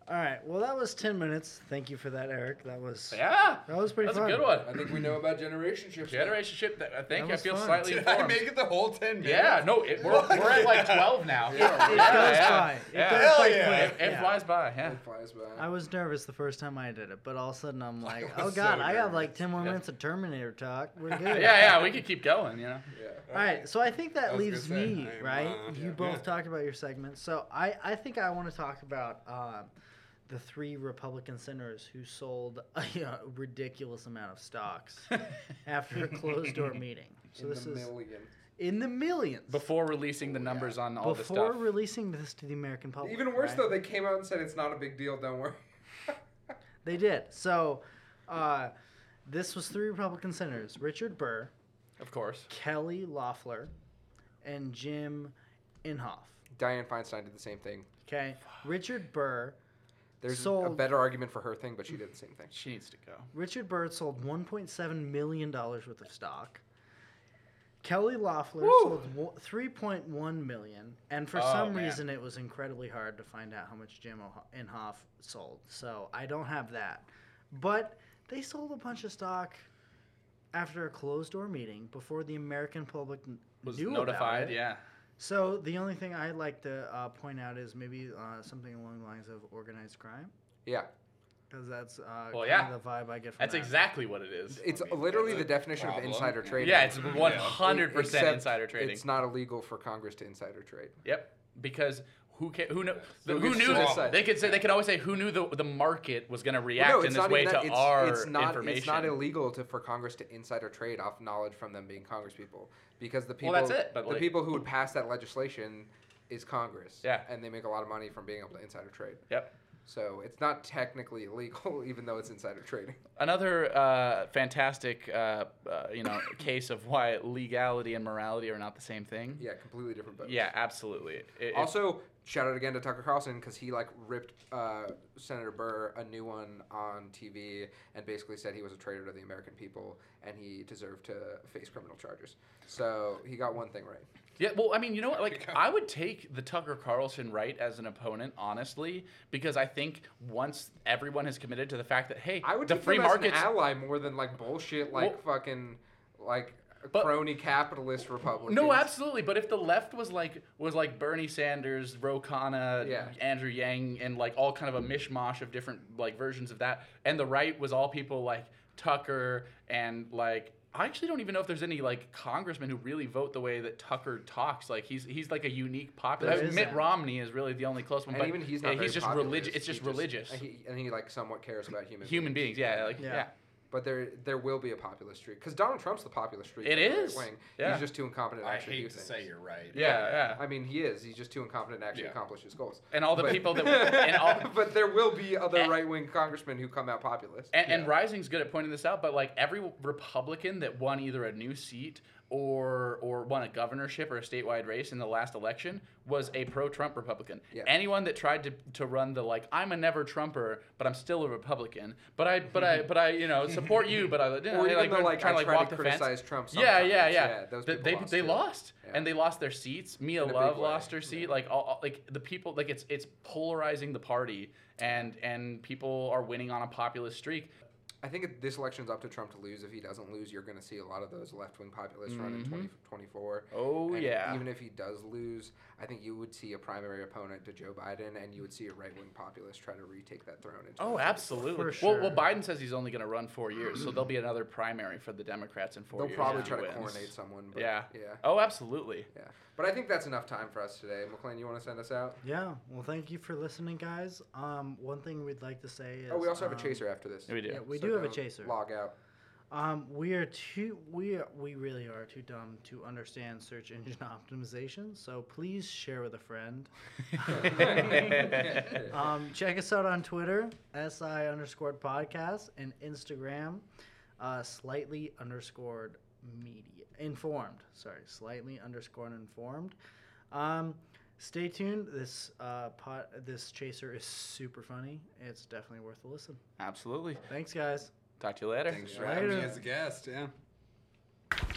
All right. Well, that was ten minutes. Thank you for that, Eric. That was Yeah. Yeah. that was pretty ah, That's fun. a good one. I think we know about generation ships. now. Generation ship. That, I think That I was feel fun. slightly Did I informed. make it the whole ten minutes? Yeah. No. It, we're, we're at like twelve now. yeah. It yeah, goes by. It yeah. goes Hell by yeah. quick. It Yeah. flies by. Yeah. It flies by. I was nervous the first time I did it, but all of a sudden I'm like, I oh was god, so I have nervous. like ten more Yeah. minutes of Terminator talk. We're good. Yeah. Yeah. We could keep going. You know. yeah. All right, so I think that I was leaves gonna say, me, I'm, right? uh, you yeah. both Yeah. talked about your segments, so I, I think I want to talk about um, the three Republican senators who sold a uh, ridiculous amount of stocks after a closed door meeting. So In this the is million. in the millions Before releasing the numbers on all the before stuff. releasing this to the American public. Even worse Oh, though, right? they came out and said it's not a big deal. Don't worry. They did. So uh, this was three Republican senators: Richard Burr, of course. Kelly Loeffler, and Jim Inhofe. Diane Feinstein did the same thing. Okay, Richard Burr. There's a Sold. better argument for her thing, but she did the same thing. She needs to go. Richard Byrd sold 1.7 million dollars worth of stock. Kelly Loeffler sold wo- 3.1 million, and for Oh, some man. reason it was incredibly hard to find out how much Jim Oh- Inhofe sold. So I don't have that, but they sold a bunch of stock after a closed door meeting before the American public n- Was knew about notified. it. Yeah. So the only thing I'd like to uh, point out is maybe uh, something along the lines of organized crime, Yeah. because that's uh, Well, kind yeah. of the vibe I get from That's that. exactly what it is. It's I mean, literally that's the a definition of problem. insider Yeah. trading. Yeah, it's 100% Except insider trading. It's not illegal for Congress to insider trade. Yep. Because who ca- who know the, Who who gets knew to this? decide? They could say they could always say who knew the, the market was going to react Well, no, in it's this not way even to that. It's, our it's not, information. It's not illegal to, for Congress to insider trade off knowledge from them being Congress people, because the people Well, that's it, but the like- people who would pass that legislation is Congress. Yeah. and they make a lot of money from being able to insider trade. Yep. So it's not technically illegal, even though it's insider trading. Another uh, fantastic, uh, uh, you know, case of why legality and morality are not the same thing. Yeah, completely different. Boats. Yeah, absolutely. It- it- Also, shout out again to Tucker Carlson because he like ripped uh, Senator Burr a new one on TV and basically said he was a traitor to the American people and he deserved to face criminal charges. So he got one thing right. yeah. Well, I mean, you know what? Like, I would take the Tucker Carlson right as an opponent, honestly, because I think once everyone has committed to the fact that hey, I would the take free him as an markets ally more than like bullshit like fucking like But- crony capitalist Republicans. No, absolutely. But if the left was like was like Bernie Sanders, Ro Khanna, Yeah. Andrew Yang, and like all kind of a mishmash of different like versions of that, and the right was all people like Tucker and like. I actually don't even know if there's any like congressmen who really vote the way that Tucker talks. Like he's he's like a unique popular. There I mean, Mitt isn't. Romney is really the only close one, And but even he's not. yeah, very he's just populist. religious. It's He just religious. And he, and he like somewhat cares about human Human beings, yeah, like Yeah. yeah. But there, there will be a populist streak because Donald Trump's the populist streak. It of the right is. wing. Yeah. He's just too incompetent. To I actually do hate to things. say you're right. yeah, Uh, yeah, I mean, he is. He's just too incompetent to actually Yeah. accomplish his goals. And all the But- people that and all but there will be other And- right wing congressmen who come out populist. And, and Rising's good at pointing this out, but like every Republican that won either a new seat or or won a governorship or a statewide race in the last election was a pro-Trump Republican. Yeah. Anyone that tried to, to run the like I'm a never Trumper, but I'm still a Republican, but I but I but I you know support you, but I you know, Or they, even like, though, they're like, trying I to try like to walk the fence. criticize Trump yeah, yeah, yeah. sometimes. Yeah, those people Th- they lost, they too. lost Yeah. and they lost their seats. Mia In a big Love way. lost her seat. Like all, all- like the people like it's it's polarizing the party and and people are winning on a populist streak. I think if this election's up to Trump to lose. If he doesn't lose, you're going to see a lot of those left wing populists run in 2024. Mm-hmm. Oh, And yeah. Even if he does lose, I think you would see a primary opponent to Joe Biden, and you would see a right wing populist try to retake that throne. in Oh, 2024. absolutely. For Well, well, sure. Biden says he's only going to run four years, so there'll be another primary for the Democrats in 4 They'll years. probably if he try to wins. coronate someone. But Yeah. Yeah. Oh, absolutely. Yeah. But I think that's enough time for us today. McLean, you want to send us out? Yeah. Well, thank you for listening, guys. Um, one thing we'd like to say is. Oh, we also have a um, chaser after this. Yeah, we do. Yeah, we So do have a don't chaser. Log out. Um, we are too we are, we really are too dumb to understand search engine optimization. So please share with a friend. um, check us out on Twitter, si underscore podcast, and Instagram, uh, slightly underscored media informed. Sorry, slightly underscore informed. Um, stay tuned. This uh, pot this chaser is super funny. It's definitely worth a listen. Absolutely. Thanks, guys. Talk to you later. Thanks for having me Later. as a guest. Yeah.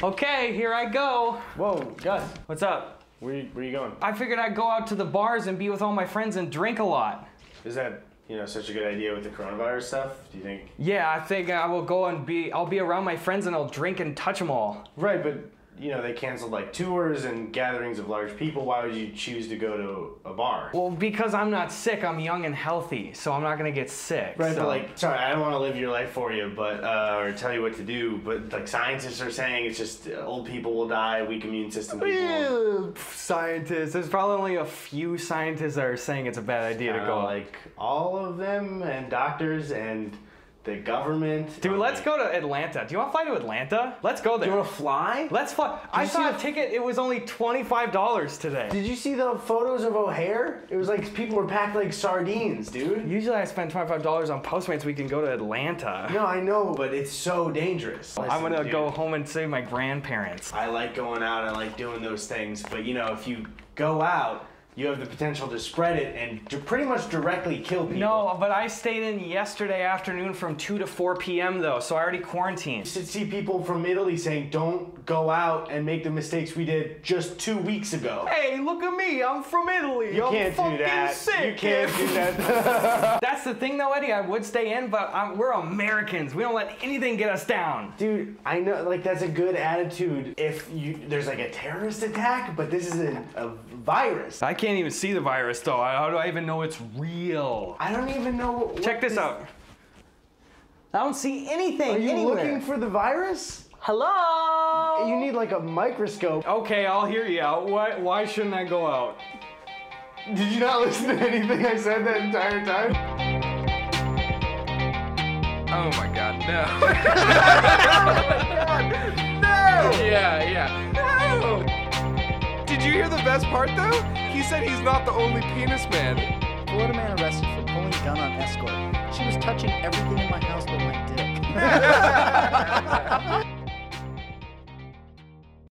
Okay, here I go. Whoa, Gus, What's up? where you, where you going? I figured I'd go out to the bars and be with all my friends and drink a lot. Is that you know such a good idea with the coronavirus stuff? Do you think? Yeah, I think I will go and be I'll be around my friends and I'll drink and touch them all. Right, but you know they canceled like tours and gatherings of large people. Why would you choose to go to a bar? Well, because I'm not sick, I'm young and healthy, so I'm not gonna get sick. Right, so. but like, sorry, I don't want to live your life for you, but uh, or tell you what to do. But like, scientists are saying it's just uh, old people will die, weak immune system people. will- Ew, pff, scientists. There's probably only a few scientists that are saying it's a bad idea to I go. know, like all of them and doctors and the government. Dude, and, let's like- go to Atlanta. Do you want to fly to Atlanta? Let's go there. You want to fly? Let's fly. I you see saw a the- ticket. It was only twenty-five dollars today. Did you see the photos of O'Hare? It was like people were packed like sardines, dude. Usually I spend twenty-five dollars on Postmates. We can go to Atlanta. No, I know, but it's so dangerous. I'm Listen, gonna dude, go home and see my grandparents. I like going out. I like doing those things, but you know, if you go out, you have the potential to spread it and to pretty much directly kill people. No, but I stayed in yesterday afternoon from two to four p.m. though, so I already quarantined. should see people from Italy saying, "Don't go out and make the mistakes we did just two weeks ago." Hey, look at me! I'm from Italy. You I'm can't fucking do that. Sick. You can't do that. That's the thing though, Eddie. I would stay in, but i we're Americans. We don't let anything get us down. Dude, I know, like that's a good attitude. If you there's like a terrorist attack, but this is a, a virus. I can't even see the virus though. How do I even know it's real? I don't even know. What Check this out. I don't see anything Are you anywhere. looking for the virus? Hello. You need like a microscope. Okay, I'll hear you out. Why, why shouldn't I go out? Did you not listen to anything I said that entire time? Oh my God, no. Yeah, yeah. Did you hear the best part though? He said he's not the only penis man. Florida man arrested for pulling gun on escort. She was touching everything in my house but my dick.